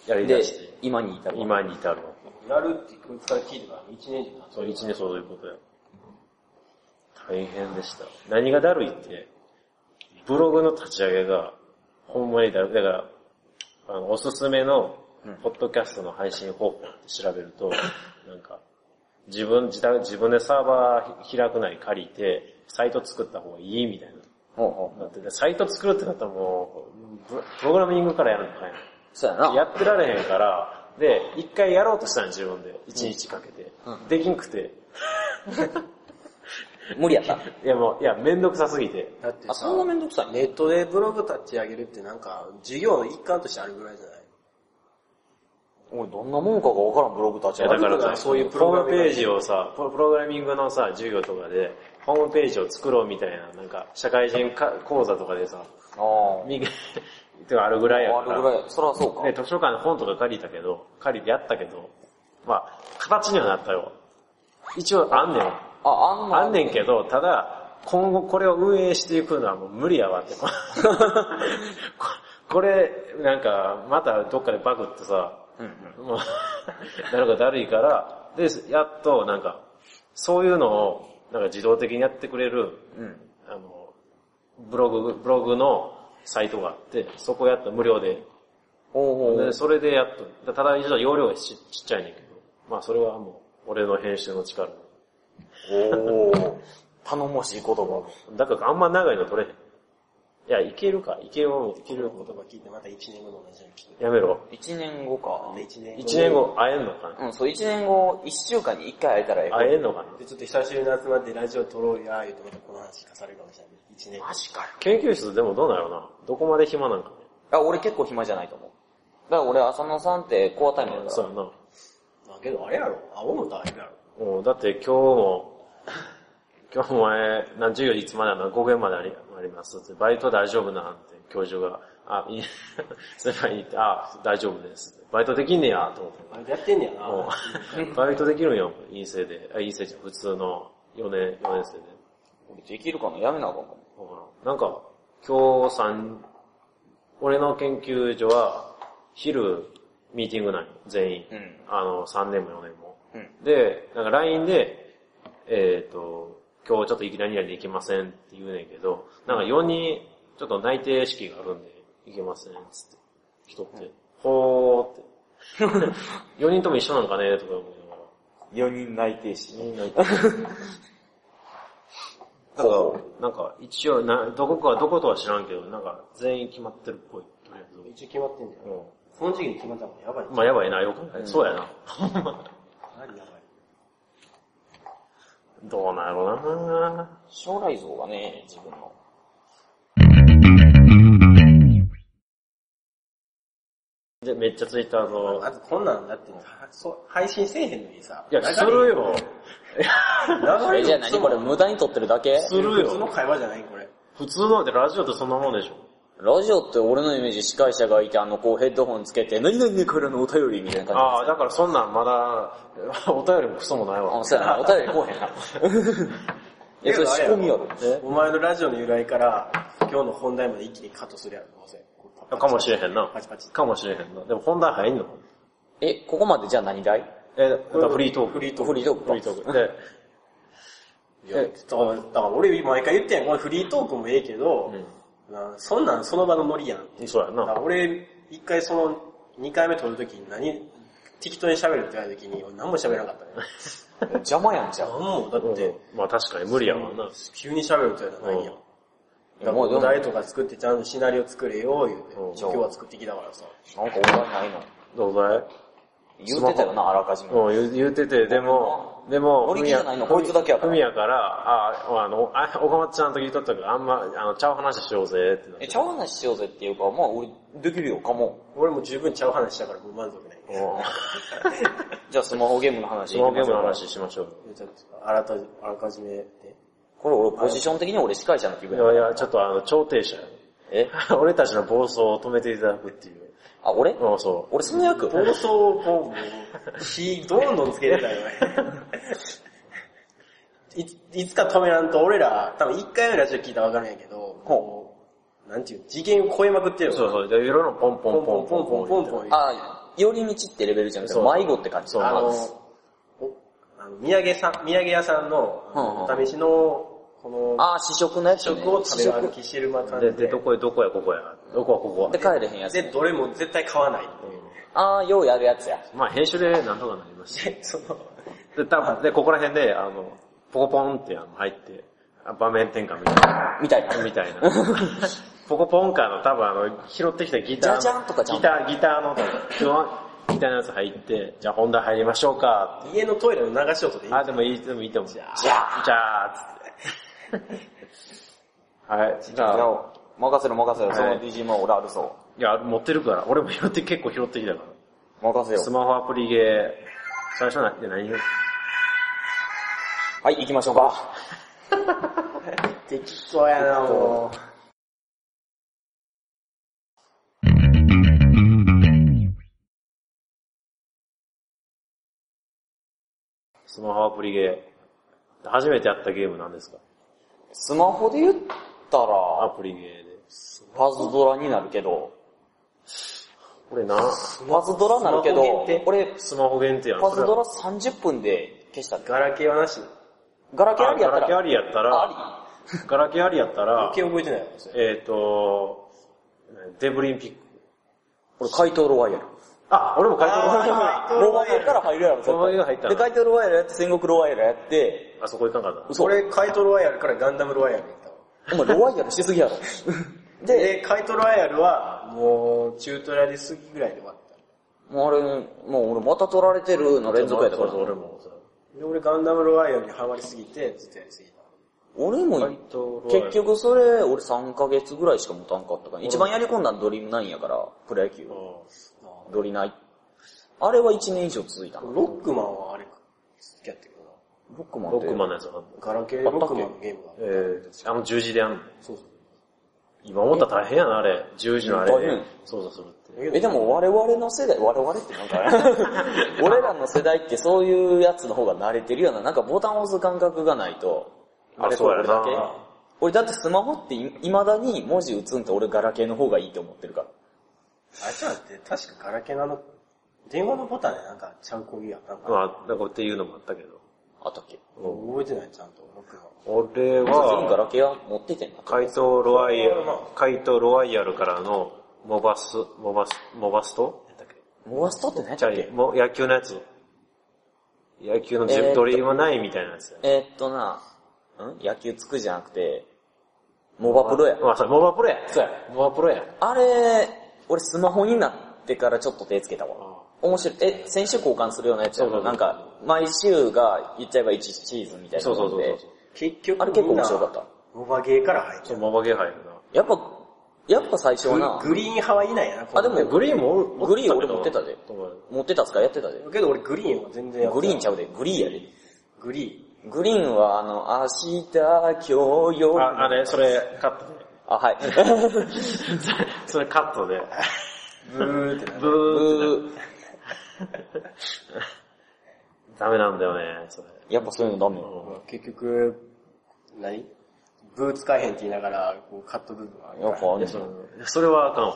Speaker 1: やり出
Speaker 2: で
Speaker 1: して、、
Speaker 2: 今に至る。
Speaker 1: 今に至るわけ。
Speaker 3: なるってこいつから聞いてから1年以上経つ。
Speaker 1: そう、一年そういうことや。大変でした。何がだるいって、ブログの立ち上げが、ほんまにだるい。だから、あの、おすすめの、ポッドキャストの配信方法って調べると、なんか、自分、自宅、自分でサーバー開くなり借りて、サイト作った方がいいみたい
Speaker 2: ほうほう。
Speaker 1: な。だって、サイト作るってなったらもう、ププログラミングからやるのかい
Speaker 2: そうやな。
Speaker 1: やってられへんから、で、一回やろうとしたん自分で、一日かけて。できんくて、
Speaker 2: 無理やった。
Speaker 1: いやもう、いや、めんどくさすぎて。
Speaker 3: だって
Speaker 2: あ、そんなめんどくさい。
Speaker 3: ネットでブログ立ち上げるってなんか、授業の一環としてあるぐらいじゃない
Speaker 2: おい、どんなもんかがわからんブログ立ち
Speaker 1: いや
Speaker 2: 上げ
Speaker 1: だか
Speaker 2: て
Speaker 1: ら
Speaker 3: だから
Speaker 1: さ、
Speaker 3: そういうプ
Speaker 1: プ
Speaker 3: ロ
Speaker 1: ロ
Speaker 3: グ
Speaker 1: グ
Speaker 3: ラ
Speaker 1: ラム
Speaker 3: ミング
Speaker 1: ページをさ、プロプログラミングのさ、授業とかで、ホームページを作ろうみたいな、なんか、社会人か講座とかでさ、
Speaker 2: ああ。
Speaker 1: み てかあるぐらいや
Speaker 2: あ
Speaker 1: か
Speaker 2: るぐら
Speaker 1: ら。
Speaker 2: い。そらそうか。
Speaker 1: で、図書館の本とか借りたけど、借りてやったけど、まあ、形にはなったよ。一応あんねん。
Speaker 2: あ、あんの
Speaker 1: あんねんけど、ただ、今後これを運営していくのはもう無理やわって。こ これ、なんか、またどっかでバグってさ、
Speaker 2: うんうん。
Speaker 1: もう、 なるかだるいから、で、やっと、なんか、そういうのを、なんか自動的にやってくれる、
Speaker 2: うん。
Speaker 1: あの、ブログ、ブログのサイトがあって、そこやったら無料で。
Speaker 2: おうおう
Speaker 1: で、それでやっと、ただ一応容量がちちっちゃいねんけど、まあそれはもう、俺の編集の力。
Speaker 2: おお頼もしい言葉。
Speaker 1: だからあんま長いの取れへん。いや、いけるか、いけよう、いけ
Speaker 3: 言
Speaker 1: る
Speaker 3: 葉聞いてまた1年後の同じように聞く。
Speaker 1: やめろ。
Speaker 2: 一年後か。
Speaker 3: で1年後。
Speaker 1: 一年。後会えんのかな
Speaker 2: うん、そう、一年後、一週間に一回会えたらえ
Speaker 1: 会えんのかな
Speaker 3: で、ちょっと久しぶりに集まってラジオ撮ろうや、言うとまたこの話聞かされるかもしれない。1年後。
Speaker 2: ジかよ。
Speaker 1: 研究室でもどうなるなどこまで暇なんかね。
Speaker 2: あ、俺結構暇じゃないと思う。だから俺、浅野さんってコアタイムだか
Speaker 1: そう
Speaker 2: ら。
Speaker 1: やな。
Speaker 3: まあけどあれやろ、青の大変やろ。
Speaker 1: うん、だって今日も、今日も前、何授業いつまであるの ?5 限までありありますって。バイト大丈夫なんて、教授が、あ、 いい、先輩に言って、あ、大丈夫ですって。バイトできんねや、と思って。
Speaker 3: あれやってんねやな。
Speaker 1: もうバイトできるんよ、陰性で。あ、陰性じゃん普通の4年、4年生で。
Speaker 2: 俺できるかなやめなあかんかも。
Speaker 1: うんなんか、今日さん、俺の研究所は、昼、ミーティングなんよ、全員。
Speaker 2: うん
Speaker 1: あの、3年も4年も。
Speaker 2: うん。
Speaker 1: で、なんか LINE で、えっ、と、今日ちょっといきなりで行けませんって言うねんけど、なんか4人、ちょっと内定式があるんで、行けませんっつって、人って、ほー って。4人とも一緒なんかねとか思いながら。
Speaker 2: 4人内定し。
Speaker 1: みんな行って
Speaker 3: だから、
Speaker 1: なんか一応な、どこかどことは知らんけど、なんか全員決まってるっぽい。とりあえ
Speaker 3: 一応決まってんじゃん
Speaker 1: ず。。う
Speaker 3: その時期に決まったのやばい。
Speaker 1: ん。まあやばいな、よくない。そうやな。
Speaker 3: あ、何やばい。
Speaker 1: どうなんやろうな
Speaker 2: 将来像がね、自分の。
Speaker 1: で、めっちゃツイッターの
Speaker 3: あ、とこんなんだって、はそう配信せえへんのにさ。
Speaker 1: いや、するよ。
Speaker 3: 流
Speaker 2: あ
Speaker 3: れ
Speaker 2: れ
Speaker 3: る。
Speaker 2: じゃあ何これ無駄に撮ってるだけ
Speaker 1: する
Speaker 3: 普通の
Speaker 1: よ。
Speaker 3: 会話じゃないこれ。
Speaker 1: 普通のってラジオってそんなもんでしょ。
Speaker 2: ラジオって俺のイメージ司会者がいて、あの、こうヘッドホンつけて、何々からのお便りみたいな感
Speaker 1: ああ、だからそんなんまだ、 お便りもクソもない
Speaker 2: じ。
Speaker 1: わ
Speaker 2: あ、。そうやな、お便 り来へんな。いや、それ仕込みやろ。
Speaker 1: え
Speaker 3: お前のラジオの由来から、今日の本題まで一気にカットするやろ、どうせ。
Speaker 1: かもしれへんな
Speaker 3: パチパチ。
Speaker 1: かもしれへんな。でも本題入んの
Speaker 2: え、ここまでじゃあ何代
Speaker 1: え、だからフリートーク。
Speaker 3: フリートーク。
Speaker 2: フリートーク
Speaker 1: フ
Speaker 2: か
Speaker 1: リートーク。で、
Speaker 3: いやだからだから俺毎回言ってんやん、これフリートークもええけど、なそんなんその場のノリやん。
Speaker 1: そうや
Speaker 3: だか
Speaker 1: な。
Speaker 3: ら俺、一回その、二回目撮るときに何、適当に喋るって言われたときに、俺何も喋らなかったね。
Speaker 2: 邪魔やんじゃん。
Speaker 3: 何も、だって、
Speaker 1: うんまあ確かに無理やわな。
Speaker 3: 急に喋るって言われたらないやん。だから
Speaker 2: もうで
Speaker 3: お
Speaker 2: も、なん
Speaker 3: 題
Speaker 2: か
Speaker 3: とか作ってちゃんとシナリオ作れよ、言うて。
Speaker 1: うん
Speaker 3: 今日は作ってきたからさ。
Speaker 2: お題ないの。
Speaker 1: どうだい
Speaker 2: 言うてたよな、あらかじめ。
Speaker 1: うん、言う言うてて、でも、でも、
Speaker 2: 乗り気じゃないのこいつだけやから
Speaker 1: ふみやから、あ、あの、あ、岡本ちゃんと言うとったけど、あんま、あの、ちゃう話しようぜってなって
Speaker 2: え、ちゃう話しようぜっていうか、まあ俺、できるよ、かも。
Speaker 3: 俺も十分ちゃう話したからもう満足ない。
Speaker 1: うん
Speaker 2: じゃあスマホゲームの話。
Speaker 1: スマホゲームの。話しましょうよ。
Speaker 3: ちょっと、あらた、あらかじめね、
Speaker 2: これ俺、ポジション的に俺司会者の気
Speaker 1: い
Speaker 2: 分や
Speaker 1: やいや、ちょっとあの、調停者や。
Speaker 2: え
Speaker 1: 俺たちの暴走を止めていただくっていう。
Speaker 2: あ、俺
Speaker 1: うん、そう。
Speaker 2: 俺その役
Speaker 3: 放送をこう、もう、火どんどんつけてたよね。いついつか止めらんと、俺ら、多分一回目のラジオ聞いたらわかるんやけど、もうなんていう、次元を超えまくってるよ。
Speaker 1: そうそう。でいろいろポンポ
Speaker 3: ポ
Speaker 1: ンポ
Speaker 3: ンポ
Speaker 1: ン
Speaker 3: ン
Speaker 1: ポ
Speaker 3: ポ
Speaker 1: ンポ
Speaker 3: ン
Speaker 1: ン
Speaker 3: ポン
Speaker 1: ポ
Speaker 3: ポ
Speaker 1: ンポ
Speaker 3: ンポ
Speaker 1: ン
Speaker 3: ン。
Speaker 2: あ、寄り道ってレベルじゃなくて、
Speaker 3: そうそう
Speaker 2: 迷子って感じ。
Speaker 1: そう
Speaker 3: あの
Speaker 2: あ、
Speaker 3: おあの土産さん、土産屋さんの、
Speaker 2: うんうん
Speaker 3: お試しの、この、
Speaker 2: あー、試食のやつね。
Speaker 3: 食を食べ歩
Speaker 2: 試
Speaker 3: きしてる感じ
Speaker 1: で、で、どこへ、どこや、ここや。どこは、ここは
Speaker 2: 食で。帰れへんやつ。
Speaker 3: で、どれも絶対買わないっていう。
Speaker 2: あー、ようやるやつや。
Speaker 1: まあ、編集でなんとかなります。
Speaker 3: で、その、
Speaker 1: で、多分で、ここら辺で、あの、ポコポンってあの入って、あ場面転換みたいな。
Speaker 2: みたいな。
Speaker 1: みたいな。ポコポンかの、多分あの、拾ってきたギターの。
Speaker 2: ジャジャンとかじゃん
Speaker 1: ギター、ギターの、基本ギターのやつ入って、じゃあ本題入りましょうか。
Speaker 3: 家のトイレの流し音でいい
Speaker 1: あ、でもいい、でもいいと思う。じゃあ、
Speaker 2: じゃあ
Speaker 1: じゃあ、つって。はい、じゃあ、
Speaker 2: 任せろ任せろ、そ
Speaker 1: は
Speaker 2: の
Speaker 1: い
Speaker 2: BGM は俺あるぞ。
Speaker 1: いや、持ってるから、俺も拾って、結構拾ってきたから。
Speaker 2: 任せ
Speaker 1: ス
Speaker 2: よ。
Speaker 1: マホアプリゲー、最初なんて何
Speaker 2: はい、行きましょうか。
Speaker 3: 適当やな、もう。
Speaker 1: スマホアプリゲー。初めてやったゲームなんですか
Speaker 2: スマホで言った
Speaker 1: ア
Speaker 2: ら、
Speaker 1: プリゲーで。
Speaker 2: パズドラになるけど、
Speaker 1: これな、
Speaker 2: パズドラになるけ
Speaker 3: スマホ
Speaker 2: ど
Speaker 3: 限定、
Speaker 2: 俺、
Speaker 1: スマホ限定やん。
Speaker 2: パズド
Speaker 1: そ
Speaker 2: ラ30分で消したっけ
Speaker 3: ガラケーはなし。
Speaker 2: ガラケ
Speaker 1: れ
Speaker 2: ー
Speaker 1: は
Speaker 2: ありや
Speaker 1: あ
Speaker 2: った
Speaker 1: ガラケーあ
Speaker 2: ら、
Speaker 1: りやったら、
Speaker 2: あ
Speaker 1: ガラケーありやったら
Speaker 3: 余、計覚えてないわけですよ。
Speaker 1: えっ、ー、と、デブリンピック。
Speaker 2: りこれ怪盗ロワイヤル。
Speaker 1: あ、俺も書いて
Speaker 3: あ
Speaker 1: あ
Speaker 3: ー
Speaker 2: ロワイヤルから入るやろ、
Speaker 1: ロワイヤル入ったの
Speaker 2: で、怪盗ロワイヤルやって、戦国ロワイヤルやって、
Speaker 1: あそこ行かんかった。
Speaker 2: 嘘。
Speaker 3: 俺、カイトロワイヤルからガンダムロワイヤルに行ったわ。
Speaker 2: お前ロワイヤルしす ぎやろ。で、
Speaker 3: で、カイトロワイヤルは、もう、チュートラで過ぎぐらいで終わっ
Speaker 2: もうあれ、もう俺また取られてるの連続やったから
Speaker 1: そう。そう俺も。そう
Speaker 3: た。で、俺ガンダムロワイヤルにハマりすぎて、ずっとやりすぎた。
Speaker 2: 俺も
Speaker 1: 怪盗ロワイヤル
Speaker 2: 結局それ俺3ヶ月ぐらいしか持たんかったから一番やり込んだのドリーム9やからプロ野球ドリナイあれは1年以上続いたな
Speaker 3: ロックマンはあれか、好きやってるけ
Speaker 2: ロックマン
Speaker 1: ロ
Speaker 2: って
Speaker 1: ックマンのやつな
Speaker 3: どな。ガラケーでロックマンのゲームが。
Speaker 1: えー、あの十字でやんの。
Speaker 3: そうそう。
Speaker 1: 今思ったら大変やな、あれ。十字のあれ
Speaker 2: 大変。
Speaker 1: 操作するって。
Speaker 2: えでも我々の世代我々ってなんか 俺らの世代ってそういうやつの方が慣れてるようななんかボタンを押す感覚がないと
Speaker 1: あ
Speaker 2: あれ
Speaker 1: そうや
Speaker 2: 俺
Speaker 1: な
Speaker 2: だけ俺だってスマホってい未だに文字打つんって俺ガラケーの方がいいと思ってるから
Speaker 3: あいつらって確かガラケーのあの、電話のボタンでなんかちゃうこぎやったんかな。
Speaker 1: まあ、なんかっていうのもあったけど。
Speaker 2: あったっけ
Speaker 3: 覚えてない、ちゃんと、ロックマン。
Speaker 1: 俺
Speaker 2: 全員ガ
Speaker 1: は、
Speaker 2: ラケーは持っててんな
Speaker 1: 怪盗ロワイヤル、怪盗ロワイヤルからの、モバス、モバス、モバストやったっけ
Speaker 2: モアストって何やっ
Speaker 1: じゃ
Speaker 2: たっけ
Speaker 1: あ、もう野球のやつ。野球の
Speaker 2: えーっと
Speaker 1: ドリームナインみたいなやつや。
Speaker 2: えーっとな、ん野球つくじゃなくて、モバプロや。
Speaker 1: まあ、それモバプロや。
Speaker 2: そうや。
Speaker 1: モバプロや。
Speaker 2: あれ、俺スマホになってからちょっと手つけたわ。面白い。え、先週交換するようなやつや
Speaker 1: そう
Speaker 2: ろ
Speaker 1: そう
Speaker 2: なんか、毎週が言っちゃえば1シーズンみたいな
Speaker 1: そうそ
Speaker 2: も
Speaker 1: うんそう
Speaker 2: で。
Speaker 1: そう。
Speaker 3: 結局、
Speaker 2: あれ結構面白かった。
Speaker 3: た。オバゲーから入っ
Speaker 1: そ
Speaker 3: て
Speaker 1: う、モバゲー入るな。
Speaker 2: やっぱ、やっぱ最初はな
Speaker 3: た。、グリーン派はいないやな、この
Speaker 2: あでも
Speaker 1: えグリーンもおる
Speaker 2: グリーン
Speaker 1: おたけど
Speaker 2: 俺持ってたで
Speaker 1: お前
Speaker 2: 持ってたっすかやってたで。
Speaker 3: けど俺グリーンは全然やって
Speaker 2: グリ
Speaker 3: ない
Speaker 2: ーンちゃうで、グリーンやで。
Speaker 3: グリ
Speaker 2: グリーンはあの、明日、今日、夜。
Speaker 1: あ、あれ、それ、カットで。
Speaker 2: あ、はい。
Speaker 1: それカットで。
Speaker 3: ーン。ブーってなる。
Speaker 1: ブーって
Speaker 2: うー
Speaker 1: ダメなんだよね、それ。
Speaker 2: やっぱそういうのダメよ。
Speaker 3: 結局、何ブー使えへんって言いながら、こうカット部分はある
Speaker 2: やっ
Speaker 3: か
Speaker 2: ぱあ
Speaker 1: いや
Speaker 2: れ
Speaker 1: それそれはあかんわ。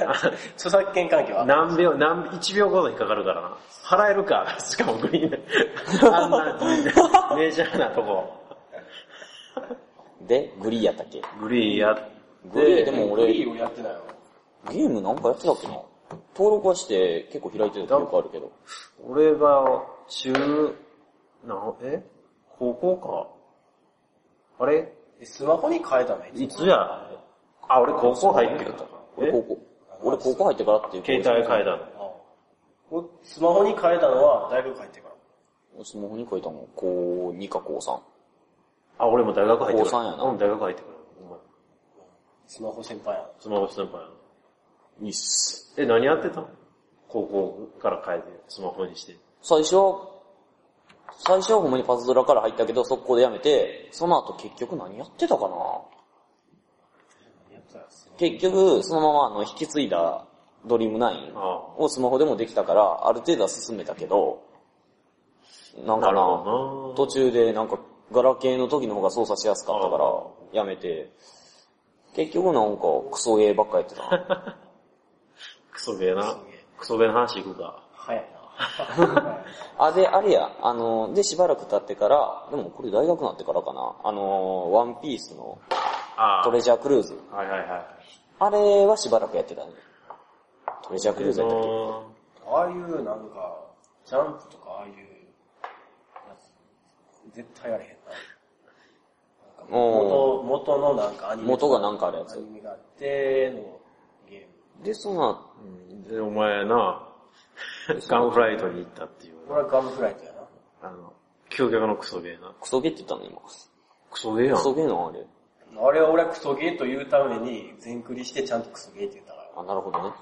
Speaker 3: ら。 著作権関係はある。
Speaker 1: 何秒、何、1秒ごとにかかるからな。払えるか、しかもグリーンで。あんな、メジャーなとこ。
Speaker 2: で、グリーンやったっけ
Speaker 1: グリーンやって、
Speaker 2: グリーでも俺、
Speaker 3: グリ
Speaker 2: ゲ
Speaker 3: ーンをやってないわ。
Speaker 2: ームなんかやってたっけな登録はして結構開いてる記憶あるけど。
Speaker 1: 俺が、中、な、え高校か。あれ
Speaker 3: えスマホに変えたの
Speaker 1: いつやあ、俺高校入ってた。
Speaker 2: 俺高校。俺高校入ってからっていう
Speaker 1: え携帯変えたの。
Speaker 3: あおスマホに変えたのは大学入ってから。
Speaker 2: 帯。スマホに書いたの。高2か高3。
Speaker 1: あ、俺も大学入って
Speaker 2: 高三やな
Speaker 1: うん、大学入ってから。お前
Speaker 3: スマホ先輩やな
Speaker 1: スマホ先輩やな。
Speaker 2: いいっす。
Speaker 1: え、何やってたの高校から変えて、スマホにして。
Speaker 2: 最初は、最初はほんまにパズドラから入ったけど、速攻でやめて、その後結局何やってたかな
Speaker 3: やってたんですよ
Speaker 2: 結局、そのままあの、引き継いだドリーム9
Speaker 1: あ
Speaker 2: をスマホでもできたから、ある程度は進めたけど、なんか
Speaker 1: なる
Speaker 2: な、
Speaker 1: ほど
Speaker 2: 途中でなんか、ガラケーの時の方が操作しやすかったから
Speaker 1: あ、
Speaker 2: やめて、結局なんか、クソゲーばっかやってたな。
Speaker 1: な。クソゲーな。
Speaker 3: すげえ
Speaker 1: クソゲーの話行くか。
Speaker 3: 早いな。
Speaker 2: あ、で、あれや、あの、で、しばらく経ってから、でもこれ大学になってからかな、あの、ワンピースの
Speaker 1: あ
Speaker 2: トレジャークルーズ。
Speaker 1: あ。はいはいはい。
Speaker 2: あれはしばらくやってたね。トレジャークルーズやったっけ
Speaker 3: ああいうなんか、ジャンプとかああいうやつ、絶対やれへんな。なんか元、元のなんかアニメ。
Speaker 2: 元がなんかあるやつ
Speaker 3: アニメがあってのゲ
Speaker 2: で、その
Speaker 1: うんで、お前 な、ガンフライトに行ったっていう
Speaker 3: ーム。これはガムフライトやな。
Speaker 1: あの、究極のクソゲーな。
Speaker 2: クソゲーって言ったの今。ク
Speaker 1: クソゲーやん。
Speaker 2: ソゲーのあれ。
Speaker 3: あれは俺はクソゲーと言うために全クリしてちゃんとクソゲーって言ったから。
Speaker 2: あ、なるほどね。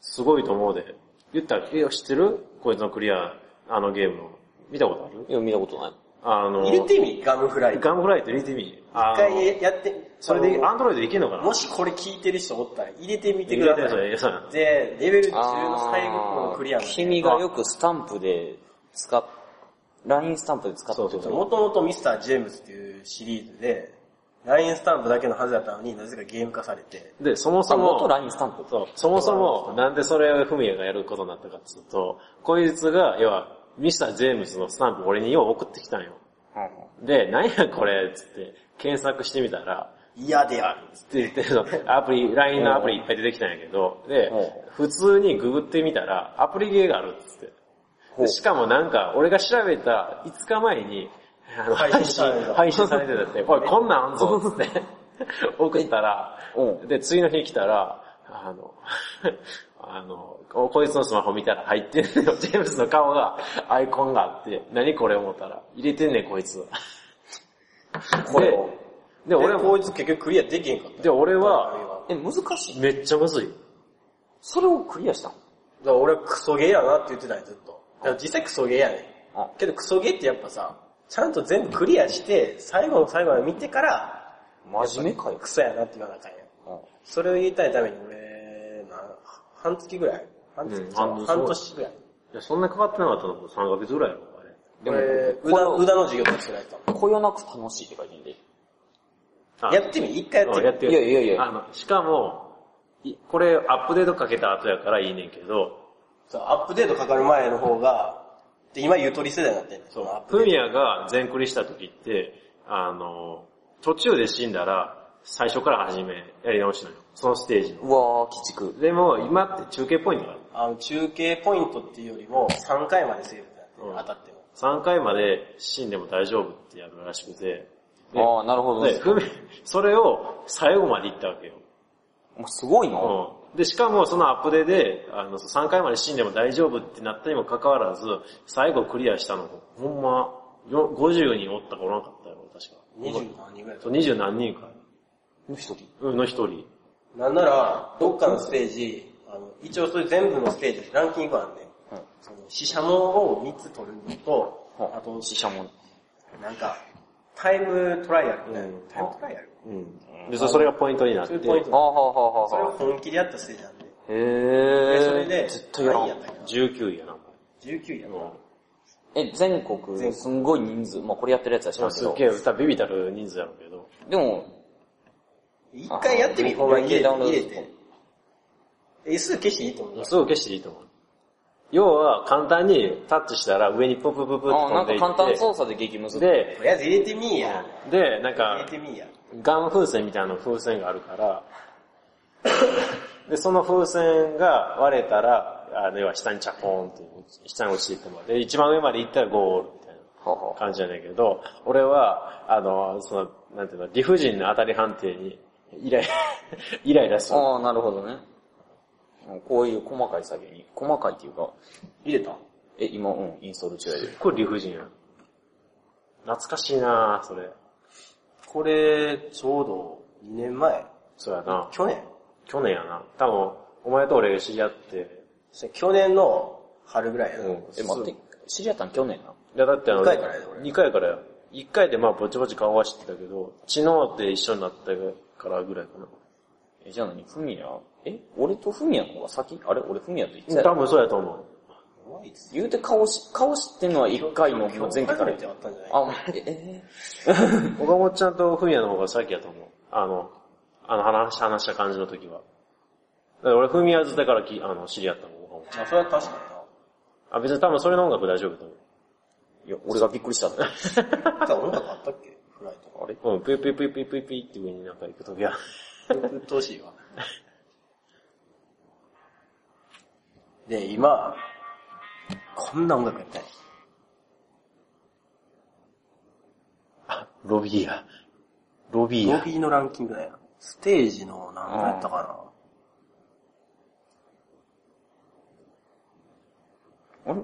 Speaker 1: すごいと思うで。言ったら、え、知ってるこいつのクリア、あのゲームの。見たことある
Speaker 2: いや、見たことない。
Speaker 1: あの、
Speaker 3: 入れてみ、ガムフライト。
Speaker 1: ガンフライト入れてみ。
Speaker 3: 一
Speaker 1: あの
Speaker 3: 回やって、
Speaker 1: それで、
Speaker 3: あ
Speaker 1: アンドロイドできんのか
Speaker 3: の
Speaker 1: な
Speaker 3: もしこれ聞いてる人おったら入れてみて
Speaker 1: 入れ
Speaker 3: くだ
Speaker 1: てみた
Speaker 3: さ
Speaker 1: ら
Speaker 3: い。
Speaker 1: ええそうやな。
Speaker 3: で、レベル10の最後のクリア
Speaker 2: あ
Speaker 3: の
Speaker 2: ー
Speaker 3: ね。
Speaker 2: 君がよくスタンプで使っ、LINE スタンプで使ってた
Speaker 1: そうそう
Speaker 3: もともとミスター・ジェームズっていうシリーズで、ラインスタンプだけのはずだったのになぜかゲーム化されて、
Speaker 1: で、そもそ
Speaker 2: あ、元
Speaker 1: も、
Speaker 2: LINE スタンプ
Speaker 1: そう、そもそも、なんでそれをフミヤがやることになったかっつうと、こいつが、要は、ミスター・ジェームズのスタンプ俺によう送ってきたんよ。で、なんやこれっつって、検索してみたら、
Speaker 3: 嫌である。
Speaker 1: って言って、そのアプリ、LINE のアプリいっぱい出てきたんやけど、で
Speaker 2: う、
Speaker 1: 普通にググってみたら、アプリゲーがあるっつって。でしかもなんか、俺が調べた5日前に、あの
Speaker 3: 配信されてた
Speaker 1: 配信されてたって、おい、こんなんあんぞっつって、送ったら
Speaker 2: う、ん
Speaker 1: で、次の日来たら、あの、 あの、ここいつのスマホ見たら入ってんねんよ。ジェームスの顔が、アイコンがあって、何これ思ったら、入れてんねんこいつ。
Speaker 2: これを。
Speaker 1: で、で俺
Speaker 3: 俺こ
Speaker 1: も、
Speaker 3: いつ結局クリアできへんかった。
Speaker 1: で、俺は、
Speaker 2: え、難しい
Speaker 1: めっちゃむずい。
Speaker 2: それをクリアしたの
Speaker 3: だから俺はクソゲーやなって言ってたんや、ずっと。だから実際クソゲーやね
Speaker 2: あ
Speaker 3: ん。けどクソゲーってやっぱさ、ちゃんと全部クリアして、最後の最後まで見てから、
Speaker 2: 真面目かよ。
Speaker 3: クソやなって言わなあかんやん。それを言いたいために俺、な、半月ぐらい半月、
Speaker 1: うん半年
Speaker 3: 半年ぐらい。
Speaker 1: いや、そんなかかってなかったのも3ヶ月ぐらいやろ、あれ。
Speaker 2: でも、
Speaker 3: 俺、宇
Speaker 2: こ
Speaker 3: 田
Speaker 2: よ
Speaker 3: 宇田の授業としてないと。
Speaker 2: こよなく楽しいって書いてんで。
Speaker 1: あ
Speaker 3: やってみ、一回やって
Speaker 1: うん
Speaker 3: み
Speaker 1: やってる
Speaker 2: いやいやいや
Speaker 1: あの、しかも、いこれアップデートかけた後やからいいねんけど、
Speaker 3: そう、アップデートかかる前の方が、で、今ゆとり世代になってんの。
Speaker 1: そう
Speaker 3: のアッ、プ
Speaker 1: フ
Speaker 3: デー
Speaker 1: ミヤが全クリした時って、あの、途中で死んだら、最初から始め、やり直しなのよ。そのステージの。
Speaker 2: うわー、鬼畜。
Speaker 1: でも、今って中継ポイントがある。
Speaker 3: ト。あの、中継ポイントっていうよりも、3回までセーブになってる、
Speaker 1: うん
Speaker 3: 当たっても。
Speaker 1: 3回まで死んでも大丈夫ってやるらしくて、で
Speaker 2: ああ、なるほどね
Speaker 1: で、。フミそれを最後まで行ったわけよ。
Speaker 2: お前すごいな。
Speaker 1: うんで、しかもそのアップデーで、あの、3回まで死んでも大丈夫ってなったにもかかわらず、最後クリアしたの、ほんま、よ50人おったかおらんかったよ、確か。
Speaker 3: 20何人ぐらいだ
Speaker 1: そう、20何人か。
Speaker 2: の一人。
Speaker 1: うんの一人。
Speaker 3: なんなら、どっかのステージ、あの、一応それ全部のステージでランキングがあんねん。その、死者もを3つ取るのと、あと、
Speaker 2: 死者も。
Speaker 3: なんか、タイムトライアルみたいな。タイムトライアル
Speaker 1: うん。で、そそれがポイントになっ
Speaker 3: そ
Speaker 1: て
Speaker 3: れ。ポイン
Speaker 2: あ
Speaker 3: ト
Speaker 2: ーはあは
Speaker 3: それ
Speaker 2: あ
Speaker 3: を
Speaker 2: はあは
Speaker 3: 本気でやったステージなんで。
Speaker 2: あ。へ
Speaker 3: で、
Speaker 2: ー。
Speaker 3: それで、
Speaker 2: 絶対やら
Speaker 3: 何位やっ
Speaker 2: ん
Speaker 3: た。っけな
Speaker 1: 19位やな、
Speaker 3: ?19 位やった。
Speaker 1: も
Speaker 2: え、全国、すんごい人数。まあこれやってるやつは知
Speaker 1: う
Speaker 2: ら
Speaker 1: ん。
Speaker 2: んけ
Speaker 1: すっ
Speaker 2: ど
Speaker 1: げ。え、歌ビビたる人数やろうけど。
Speaker 2: でも、
Speaker 3: 一回やってみ、
Speaker 2: あ
Speaker 3: ほんまに入れて
Speaker 2: ダウンロード
Speaker 3: 入れて。え、数消していいと思います。
Speaker 1: すぐ消していいと思う。要は、簡単にタッチしたら上にプンプンプンプン
Speaker 2: あ
Speaker 1: っ
Speaker 2: ー
Speaker 1: て飛んでいっ
Speaker 2: なんか
Speaker 1: て。
Speaker 2: 簡単操作で激ムズ。
Speaker 1: で
Speaker 3: と、りあえず入れてみーや。
Speaker 1: で、なん
Speaker 3: 入れ
Speaker 1: か
Speaker 3: て、みーや。
Speaker 1: ガム風船みたいな風船があるから、で、その風船が割れたら、あの、要は下にチャコーンって、下に落ちていってもらうで、一番上まで行ったらゴールみたい
Speaker 2: はあは
Speaker 1: な感じじゃないけど、俺は、あの、その、なんていうの、理不尽な当たり判定に、イライラ、 イライラする。
Speaker 2: ああー、なるほどね。こういう細かい作業に、細かいっていうか、
Speaker 3: 入れた
Speaker 2: え、今、うん、インストール中やで。
Speaker 1: これ理不尽やん。懐かしいなぁ、それ。
Speaker 3: これ、ちょうど2年前
Speaker 1: そうやな。
Speaker 3: 去年
Speaker 1: 去年やな。多分、お前と俺が知り合って、
Speaker 3: そう去年の春ぐらいやな。
Speaker 2: え、待って、知り合ったん去年な。
Speaker 1: いや、だってあの、
Speaker 3: 二回からやで俺
Speaker 1: 二回からや一回でまあぼちぼち顔は知ってたけど、知能で一緒になったからぐらいかな。
Speaker 2: え、じゃあ何フミヤえ、俺とフミヤの方が先あれ俺フミヤと言ってた
Speaker 1: 多
Speaker 2: よ。
Speaker 1: 分そうやと思う。
Speaker 3: 怖いっす
Speaker 2: 言うて顔し、顔知ってんのは1回の前回か
Speaker 3: 初
Speaker 2: ら
Speaker 3: め
Speaker 2: やて
Speaker 3: て会ったんじゃない
Speaker 2: あ、え、え
Speaker 1: 岡本ちゃんとフミヤの方が先やと思う。あの、あの話、話した感じの時は。だから俺、フミヤズだからきあの知り合ったもん、岡
Speaker 3: あ、それは確かにな。
Speaker 1: あ、別に多分それの音楽大丈夫と思う。
Speaker 2: いや、俺がびっくりしたんだよ。
Speaker 3: じゃあ音楽あったっけフライト
Speaker 1: あれうん、ぷよぷよぷよぷよぷよぷよって上になんか行くときは。
Speaker 3: が。うっとうしいわ。で、今、こんな音楽やったんや。
Speaker 1: あ、 ロビーや。ロビー
Speaker 3: ロ
Speaker 1: や。
Speaker 3: ビーのランキングだよ。ステージの何個やったか
Speaker 2: あれ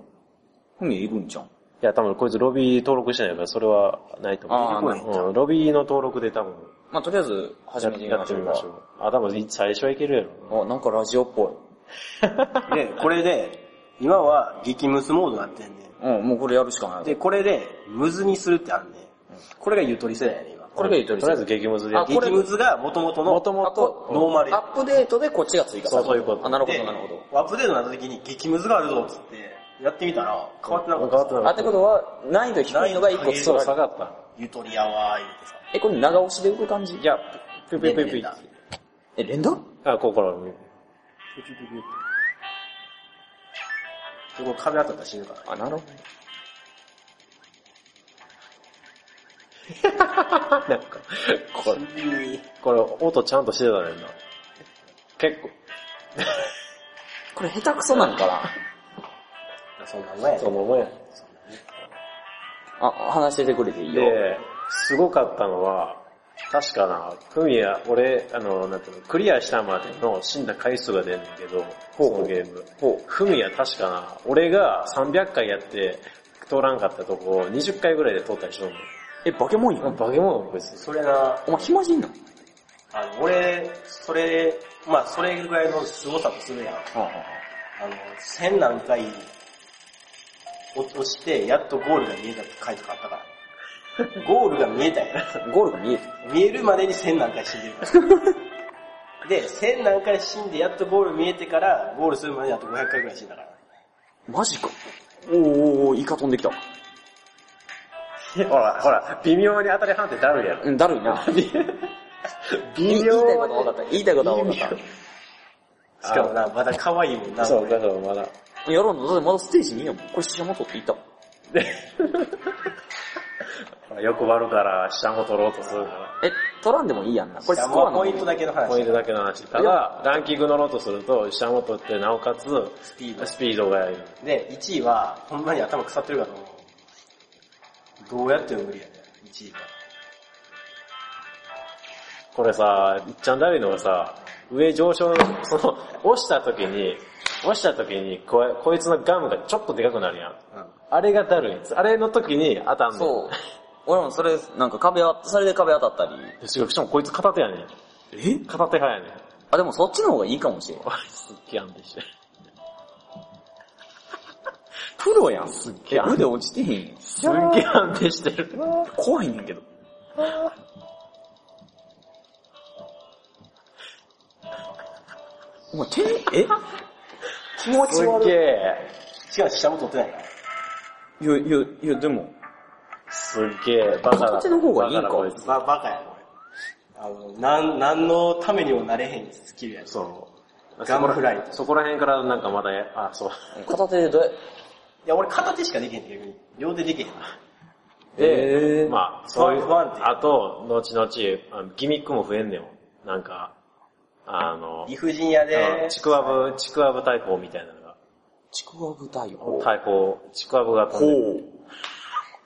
Speaker 2: ふみいるんじゃん。
Speaker 1: いや、多分こいつロビー登録してないから、それはないと思う。
Speaker 2: あーない
Speaker 1: うん、ロビーの登録で多分
Speaker 2: まあとりあえず、始
Speaker 1: や
Speaker 2: めてみ
Speaker 1: や
Speaker 2: ま
Speaker 1: っ
Speaker 2: してょ
Speaker 1: み
Speaker 2: う
Speaker 1: ましょう。あ、多分最初はいけるやろ。
Speaker 2: か。あ、なんかラジオっぽ
Speaker 3: な。で、これで、今は激ムスモードになってんね
Speaker 2: い。うん、もうこれやるしかない。
Speaker 3: ん。で、、これで、ムズにするってあるねん。これがゆとり世代やねん、今。
Speaker 2: これがゆとり
Speaker 1: とりあえず激ムズでや
Speaker 2: あ
Speaker 1: って。
Speaker 2: これ
Speaker 3: 激ムズが元々の、
Speaker 1: 元々
Speaker 2: あこ
Speaker 3: ノーマル
Speaker 2: アップデートでこっちが追加される。
Speaker 1: そうそういうこと
Speaker 2: あ、なるほ
Speaker 3: で
Speaker 2: ど、なるほど。
Speaker 3: アップデートになった時に激ムズがあるぞっつって、やってみたら、変わってなかった。
Speaker 1: 変わってなか
Speaker 2: あ、ってことは、難易度低いのが一個
Speaker 1: そう、
Speaker 2: つ
Speaker 1: 下がった。
Speaker 3: ゆとりやわー言うてさ。
Speaker 2: え、これ長押しで動く感じ
Speaker 1: いや、ぷよぷよぷよぷよ
Speaker 3: だ
Speaker 1: って。
Speaker 2: え、連打
Speaker 1: あ、ここから。
Speaker 3: ここ壁当たったら死ぬか
Speaker 2: あ、
Speaker 3: ら。
Speaker 2: なるほ
Speaker 1: なんか、これ、これ音ちゃんとしてたねんな。結構、
Speaker 2: これ下手くそなんかな
Speaker 3: そんなもんや
Speaker 1: そのもんや。
Speaker 2: あ、話しててくれていいよ。
Speaker 1: で、すごかったのは、確かな、クミや、俺、あの、なんていうの、クリアしたまでの死んだ回数が出るんだけど、このゲーム。フミヤ確かな、俺が300回やって通らんかったとこを20回ぐらいで通ったりしとん
Speaker 2: え、バケモンや
Speaker 1: の。バケモン別に。
Speaker 3: それな、
Speaker 2: お前暇人なの
Speaker 3: あの、俺、それ、まあ、それぐらいの凄さとするやん。あの、千何回、落として、やっとゴールが見えたって書いてあっ たから。ゴールが見えたや
Speaker 2: ゴールが見える。
Speaker 3: ん。見えるまでに千何回死ん でるから。で、千何回死んで、やっとゴール見えてから、ゴールするまでにあと500回ぐらい死んだから。
Speaker 2: マジか。おーおーおーイカ飛んできた。
Speaker 1: ほら、ほら、微妙に当たり判定だるやろ。
Speaker 2: うん、だ るいな。
Speaker 1: 微
Speaker 2: 言いたい
Speaker 1: 妙
Speaker 2: ことは分かった。言いたいことは分かっ
Speaker 3: しかもな、まだ可愛いもんな。
Speaker 1: そう、だからまだ。
Speaker 2: た。やろうの、だってまだステージにいいやもん。これ、シャモ取っていったもん。
Speaker 1: ほら欲張るから、下も取ろうとするから。
Speaker 2: え、取らんでもいいやんな。これ、ス
Speaker 3: じゃあ
Speaker 2: コ
Speaker 3: も
Speaker 2: ア
Speaker 3: う
Speaker 2: の
Speaker 3: ポイントだけの
Speaker 1: ポイン
Speaker 3: 話。
Speaker 1: トだけの話。ただ、ランキング乗ろうとすると、下も取って、なおかつ、
Speaker 3: スピード
Speaker 1: スピードがいる。
Speaker 3: で、1位は、ほんまに頭腐ってるかと思う。どうやっても無理やね1位は。
Speaker 1: これさ、いっちゃんだるいのがさ、上上昇、その、押した時に、押した時にこい、こいつのガムがちょっとでかくなるやん。あれがだるいんです。あれの時に当たんの。
Speaker 2: そう。俺もそれ、なんか壁あ、それで壁当たったり。
Speaker 1: う。しかもこいつ片手やねん。え片手派やねん。
Speaker 2: あ、でもそっちの方がいいかもしれん。
Speaker 1: こいつすっげえ安定してる。
Speaker 2: プロやん、すっげえ。腕落ちてへんやん。
Speaker 1: すっげえ安定してる。
Speaker 2: 怖いねんけど。 お前、手に、え気持
Speaker 1: す
Speaker 2: ち
Speaker 1: っ
Speaker 2: 悪
Speaker 1: げ
Speaker 2: い。
Speaker 1: え。
Speaker 3: 違う、下も取ってないから。
Speaker 2: いや、いや、いや、でも、
Speaker 1: すっげえ。バカだ。
Speaker 2: 片手の方がいいんか
Speaker 1: バカだこいつ
Speaker 3: ば、バカや、これ。あの、なん、なんのためにもなれへんスキルやし。
Speaker 1: そう。
Speaker 3: ガムフライト
Speaker 1: そこら辺からなんかまだや、あ、そう。
Speaker 2: 片手でどうや、
Speaker 3: いや、俺片手しかできへんけど、両手できへん。
Speaker 1: で、
Speaker 2: えー
Speaker 1: まあ、そういう、
Speaker 3: 不安定
Speaker 1: あと、後々、あのギミックも増えんねんよ。なんか、あの、
Speaker 3: 理不尽や
Speaker 1: あの
Speaker 3: で、
Speaker 1: ちくわぶ、ちくわぶ大砲みたいなのが、
Speaker 2: ちくわぶ太陽。
Speaker 1: 大砲、ちくわぶが飛んでる。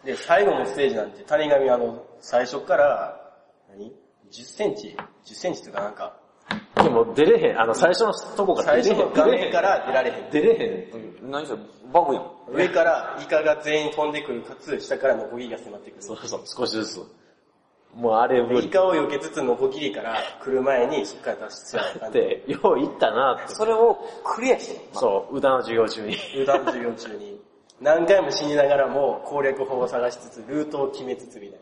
Speaker 3: で、最後のステージなんて、谷上あの、最初から、何 ?10 センチ ?10 センチとかなんか、
Speaker 1: でも出れへん、あの、最初のとこから
Speaker 3: 最
Speaker 1: 出
Speaker 3: 初
Speaker 1: れへ
Speaker 3: の
Speaker 1: ん。
Speaker 3: 画
Speaker 1: 出
Speaker 3: 面
Speaker 1: れへ
Speaker 3: か
Speaker 1: ん。
Speaker 3: ら出られへん。
Speaker 1: 出れへん。
Speaker 2: 何それ、バグやん。
Speaker 3: 上からイカが全員飛んでくる、かつ下からノコギリが迫ってくる。
Speaker 1: そうそう、少しずつ。もうあれ無
Speaker 3: でイ
Speaker 1: 理。
Speaker 3: カを避けつつノコギリから来る前にしっかり出す必要があ
Speaker 1: っ
Speaker 3: る感
Speaker 1: て、よういったなって。
Speaker 3: それをクリアしてる。
Speaker 1: そう、歌の授業 中に。
Speaker 3: 無断授業中に。何回も死にながらも攻略法を探しつつ、ルートを決めつつみたい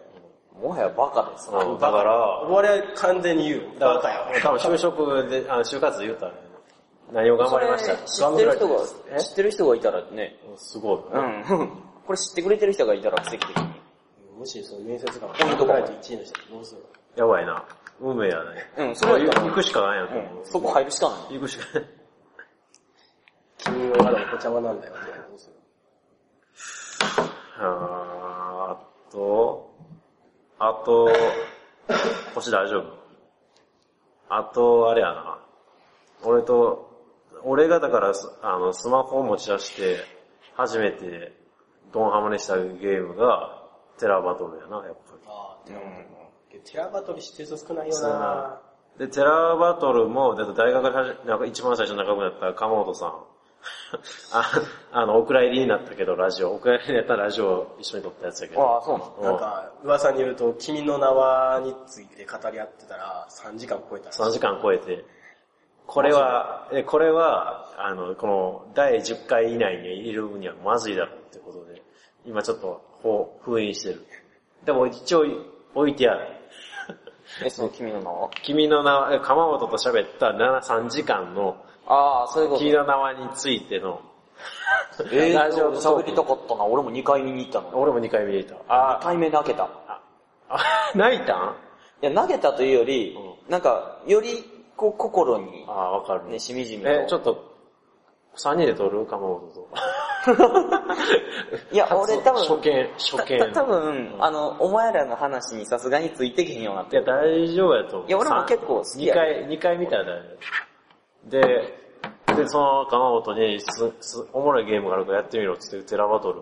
Speaker 2: もはやバカです。
Speaker 1: だ
Speaker 3: な。
Speaker 1: から、
Speaker 3: 俺は完全に言う。バカよ。
Speaker 1: 多分就職で、あの就活で言うたらね、内容頑張りました。
Speaker 2: それ知ってる人が、知ってる人がいたらね、
Speaker 1: すごい。
Speaker 2: うん。 これ知ってくれてる人がいたら奇跡的に。
Speaker 3: もしその面接官がポイントライト1位の人だとどうする
Speaker 1: やばいな。運命やね。
Speaker 2: うん、それはいいか
Speaker 1: 行くしかないやと
Speaker 2: ら。
Speaker 1: 思
Speaker 2: う
Speaker 1: う。
Speaker 2: ん、そこ入るしかない。
Speaker 1: 行くしかない。
Speaker 3: 君はお茶碗なんだよ、みたいなどうする
Speaker 1: あーっと、あと、腰大丈夫あと、あれやな。俺と、俺がだからス、あの、スマホを持ち出して、初めて、ドンハマにしたゲームが、テラバトルやな、やっぱり。
Speaker 3: ああ、テラバトル。テラバトル知ってる人少ないよな
Speaker 1: で、テラバトルも、だって大学ではじなんか一番最初仲良くなった鎌本さん。 ああの、お蔵入りになったけど、ラジオ。お蔵入りになったラジオを一緒に撮ったやつやけど。
Speaker 2: ああ、そうなの
Speaker 1: うん
Speaker 3: なんか、噂によると、君の名はについて語り合ってたら、3時間超えたらしい
Speaker 1: 3時間超えて、これは、えこれは、あの、この、第10回以内に入れるにはまずいだろうってことで、今ちょっと、ほう、封印してる。でも一応、置いてある。
Speaker 2: え、その君の名は
Speaker 1: 君の名は、え鎌本と喋った7、3時間の、
Speaker 2: ああ、そういうこと
Speaker 1: 君の名はについての、
Speaker 2: えー、
Speaker 1: ラ
Speaker 2: ラ
Speaker 1: ジ
Speaker 2: ジ
Speaker 1: オ
Speaker 2: オ
Speaker 1: と
Speaker 2: 喋りたかったな。俺も2回見に行ったの。
Speaker 1: 俺も2回見れた。
Speaker 2: ああ。2回目投げた。
Speaker 1: あ、 泣いたん
Speaker 2: いや、投げたというより、なんか、より、こう、心に
Speaker 1: あ、、わかる。
Speaker 2: ね、しみじみと。
Speaker 1: え、ちょっと、3人で撮る鎌本と。
Speaker 2: いや、俺多分、
Speaker 1: 初見、初見。
Speaker 2: た多分、あの、お前らの話にさすがについてけへんようにな っ
Speaker 1: い
Speaker 2: て
Speaker 1: や、
Speaker 2: る。
Speaker 1: 大丈夫やと思う。
Speaker 2: いや俺も結構好きや
Speaker 1: 2回、二回見たら大丈夫。で、で、その鎌本にす、す、おもろいゲームがあるからやってみろっつって、テラバトル。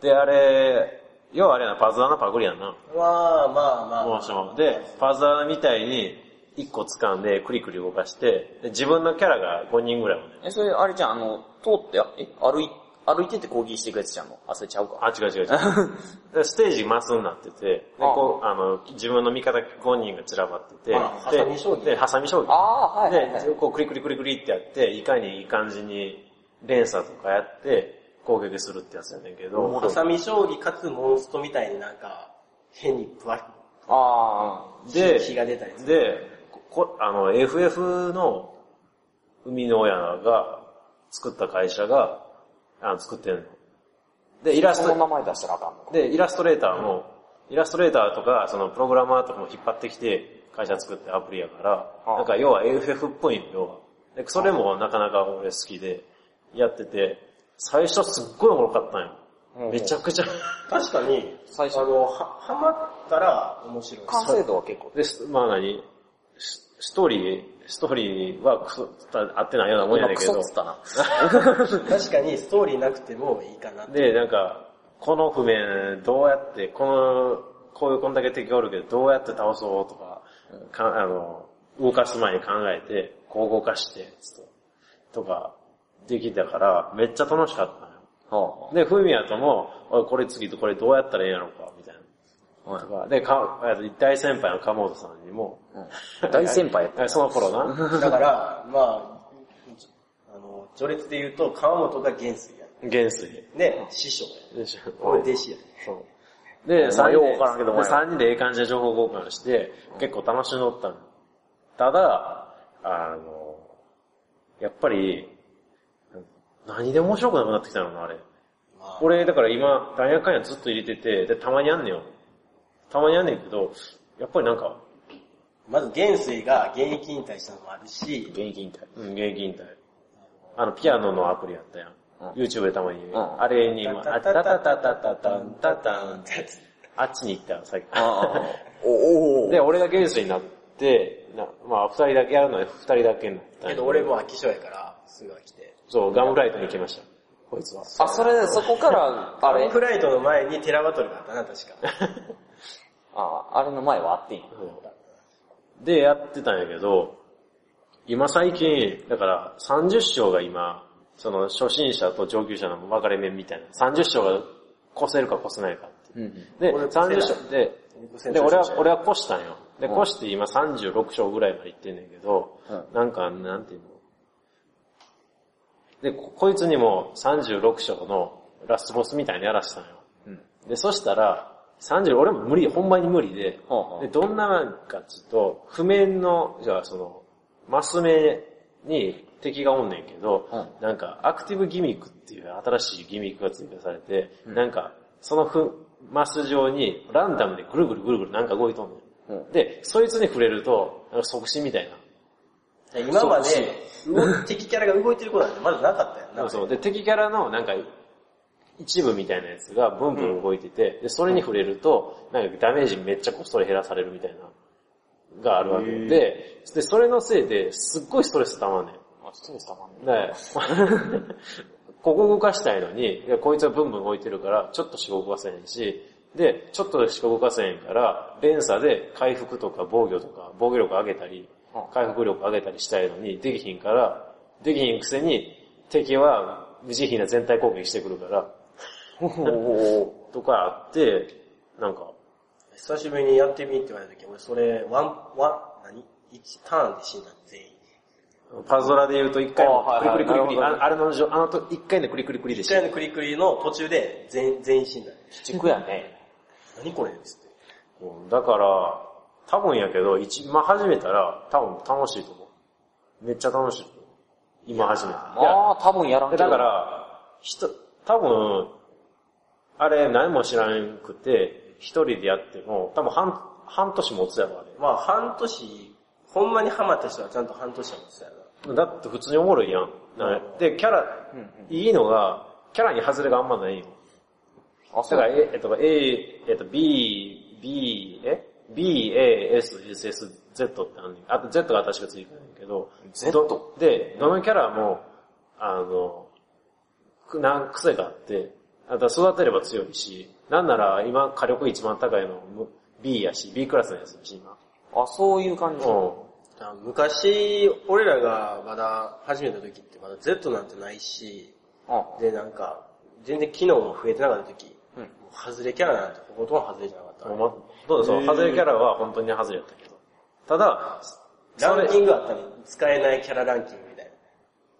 Speaker 1: で、あれ、要はあれやな、パズドラのパクリやんな。
Speaker 3: まあまあまあ。
Speaker 1: モーション。で、パズドラみたいに、1個掴んで、クリクリ動かして、で自分のキャラが5人ぐらいもね。
Speaker 2: え、それ、あれじゃん、あの、通って、あえ、歩い、歩いてて攻撃していくやつじゃんの。あ、それちゃうか。
Speaker 1: あ、違う違う違う。でステージマスになってて、でこうあの自分の味方5人が散らばってて、で
Speaker 3: あらハサミ将棋
Speaker 1: で、ハサミ将棋。
Speaker 2: あ あ、はいはい、はい。
Speaker 1: で、こうクリクリクリクリってやって、いかにいい感じに連鎖とかやって攻撃するってやつやねんけど、
Speaker 3: ハサミ将棋かつモンストみたいになんか、変にぶわっ
Speaker 2: あ
Speaker 1: で、
Speaker 3: 火が出たりする。
Speaker 1: で、こあの、FF の生みの親が作った会社が、あ作ってんの。で、イラ
Speaker 2: あ。
Speaker 1: ス
Speaker 2: その名
Speaker 1: ト、
Speaker 2: 前出したらあかんのか。
Speaker 1: で、イラストレーターも、イラストレーターとか、そのプログラマーとかも引っ張ってきて、会社作ってアプリやから、
Speaker 2: あ
Speaker 1: なんか要は FF っぽいの要は。で、それもなかなか俺好きで、やってて、最初すっごいおもろかったん
Speaker 2: うんう
Speaker 1: よ。
Speaker 2: ん
Speaker 1: めちゃくちゃ。
Speaker 3: 確かに、
Speaker 2: 最初
Speaker 3: あの、は、はまったら面白い。
Speaker 2: 完成度は結構。
Speaker 1: で、すまあ何スストーリー、ストーリーはクソ、合ってないようなもんや
Speaker 2: 今
Speaker 1: ねん
Speaker 2: ク
Speaker 1: けど
Speaker 2: ソっ。つったな。
Speaker 3: 確かに、ストーリーなくてもいいかなって。
Speaker 1: で、なんか、この譜面どうやって、この、こういうこんだけ敵がおるけど、どうやって倒そうとか、かあの、動かす前に考えて、こう動かして、つってとか、できたから、めっちゃ楽しかったのよ。
Speaker 2: は
Speaker 1: で、ふみやとも、おい、これ次とこれどうやったらええんやろうか、みたい
Speaker 2: あは
Speaker 1: な。とか、で、か、えっと大先輩の鴨本さんにも、
Speaker 2: いうん大先輩やった。
Speaker 1: えその頃 な、
Speaker 3: だから、まあ、あの、序列で言うと、川本が元帥や。
Speaker 1: 元帥。
Speaker 3: で、師匠や。
Speaker 1: よいしょ
Speaker 3: 俺弟子や。
Speaker 1: そう。で、三
Speaker 2: よ
Speaker 1: 人
Speaker 2: う
Speaker 1: で
Speaker 2: 分からんけどお
Speaker 1: で
Speaker 2: 前は
Speaker 1: 三人でええ感じで情報交換して、結構楽しんどったの。ただ、あの、やっぱり、何で面白くなくなってきたのかな、あれ。
Speaker 3: まあ、
Speaker 1: 俺、だから今、弾薬関連ずっと入れてて、で、たまにあんねよ。たまにあんねんけど、やっぱりなんか、
Speaker 3: まず元帥が現役引退したのもあるし、
Speaker 2: 現役引退。
Speaker 1: うん、現役引退。あの、ピアノのアプリやったやん。
Speaker 2: うん
Speaker 1: YouTube でたまに、
Speaker 2: ん
Speaker 1: あれに今、あ
Speaker 3: タ
Speaker 1: た
Speaker 3: タ
Speaker 1: たた
Speaker 3: タタ
Speaker 1: た
Speaker 3: タ
Speaker 1: たたんたたんってあっちに行ったの、最近。
Speaker 2: ああ。おお
Speaker 1: で、俺が元帥になって、なまあ、二人だけやるのに二人だけになったんや
Speaker 3: けど俺も飽き性やから、すぐ飽きて。
Speaker 1: そう、ガムライトに行きました。こいつは。
Speaker 2: あ、それ、そこ から、あれ
Speaker 3: フライトの前にテラバトルがあったな、確 か。
Speaker 2: ああ、あれの前はあっていいの
Speaker 1: そうで、やってたんやけど、今最近、だから30章が今、その初心者と上級者の分かれ目みたいな。30章が越せるか越せないかっていう。で、
Speaker 3: 俺越せない
Speaker 1: 30章で、
Speaker 3: 越せな
Speaker 1: で、
Speaker 3: い
Speaker 1: 俺は、俺は越したんよ。で、越して今36章ぐらいまで行ってんねんけど、
Speaker 2: う
Speaker 1: なんか、なんていうの。で、ここいつにも36章のラスボスみたいにやらしたんよ。
Speaker 2: うん。
Speaker 1: で、そしたら、30、俺も無理、ほんまに無理で、
Speaker 2: はあはあ
Speaker 1: で、どんななんかっつうと、譜面の、じゃあその、マス目に敵がおんねんけど、
Speaker 2: う
Speaker 1: なんか、アクティブギミックっていう新しいギミックが追加されて、なんか、そのふ、マス上に、ランダムでぐるぐるぐるぐるなんか動いとんねん。
Speaker 2: うん
Speaker 1: で、そいつに触れると、なんか即死みたいな。
Speaker 3: 今まで、動敵キャラが動いてることなんてまだなかったよ
Speaker 1: そうそう。で、敵キャラのなんか、一部みたいなやつがブンブン動いてて、で、それに触れると、なんかダメージめっちゃこうそれ減らされるみたいな、があるわけで、で、それのせいですっごいストレス溜まんねん。
Speaker 2: あ、ストレスたまんね。
Speaker 1: で、 ここ動かしたいのに、いやこいつはブンブン動いてるから、ちょっとしか動かせへんし、で、ちょっとしか動かせへんから、連鎖で回復とか防御とか、防御力上げたり
Speaker 2: うん、
Speaker 1: 回復力上げたりしたいのに、できひんから、できひんくせに、敵は無慈悲な全体攻撃してくるから、とかあって、なんか、
Speaker 3: 久しぶりにやってみって言われた時、俺それ、ワン、ワン、何一ターンで死んだの全員。
Speaker 1: パズドラで言うと一回
Speaker 2: あはいはい
Speaker 1: クリクリクリクリ、
Speaker 2: な
Speaker 1: あ
Speaker 2: るほど
Speaker 1: あれの状、あのと一回のクリクリクリで
Speaker 3: 一
Speaker 1: し
Speaker 3: 回のクリクリの途中で全全員死んだの。
Speaker 2: 地区やね。
Speaker 3: 何これっつって。
Speaker 1: うんだから、多分やけど、一、今始めたら、多分楽しいと思う。めっちゃ楽しいと思う。今始めたら。いや
Speaker 2: まあ、多分やらんけ
Speaker 1: で
Speaker 2: ど。
Speaker 1: だか、ら、人、多分、あれ何も知らんくて、一人でやっても、多分半、半年持つやろ、あ
Speaker 3: まあ半年、ほんまにハマった人はちゃんと半年は持つやな。
Speaker 1: れ。だって普通におもろいやん。なで、キャラ、
Speaker 2: うんうん。
Speaker 1: いいのが、キャラに外れがあんまないよ。
Speaker 2: あ、
Speaker 1: だから、え、えっと、A、えっと、B、B、え ?B、A、S、S、S、Z ってあるねんあと Z が確かついてるんだけど、
Speaker 2: Z？
Speaker 1: どで、どのキャラも、あの、くなん癖があって、あとは育てれば強いし、なんなら今火力一番高いのむ B やし、B クラスのやつだし、今。
Speaker 2: あ、そういう感じ。
Speaker 1: う
Speaker 3: だから昔、俺らがまだ始めた時ってまだ Z なんてないし、
Speaker 2: う
Speaker 3: でなんか、全然機能も増えてなかった時、
Speaker 2: うん
Speaker 3: もう外れキャラなんてほとんど外れじゃなかった
Speaker 1: ん。。もうどうだそう、外れキャラは本当に外れやったけど。ただ、そ
Speaker 3: ラ
Speaker 1: れ
Speaker 3: ンキングあったね。使えないキャラランキングみたい
Speaker 2: ん。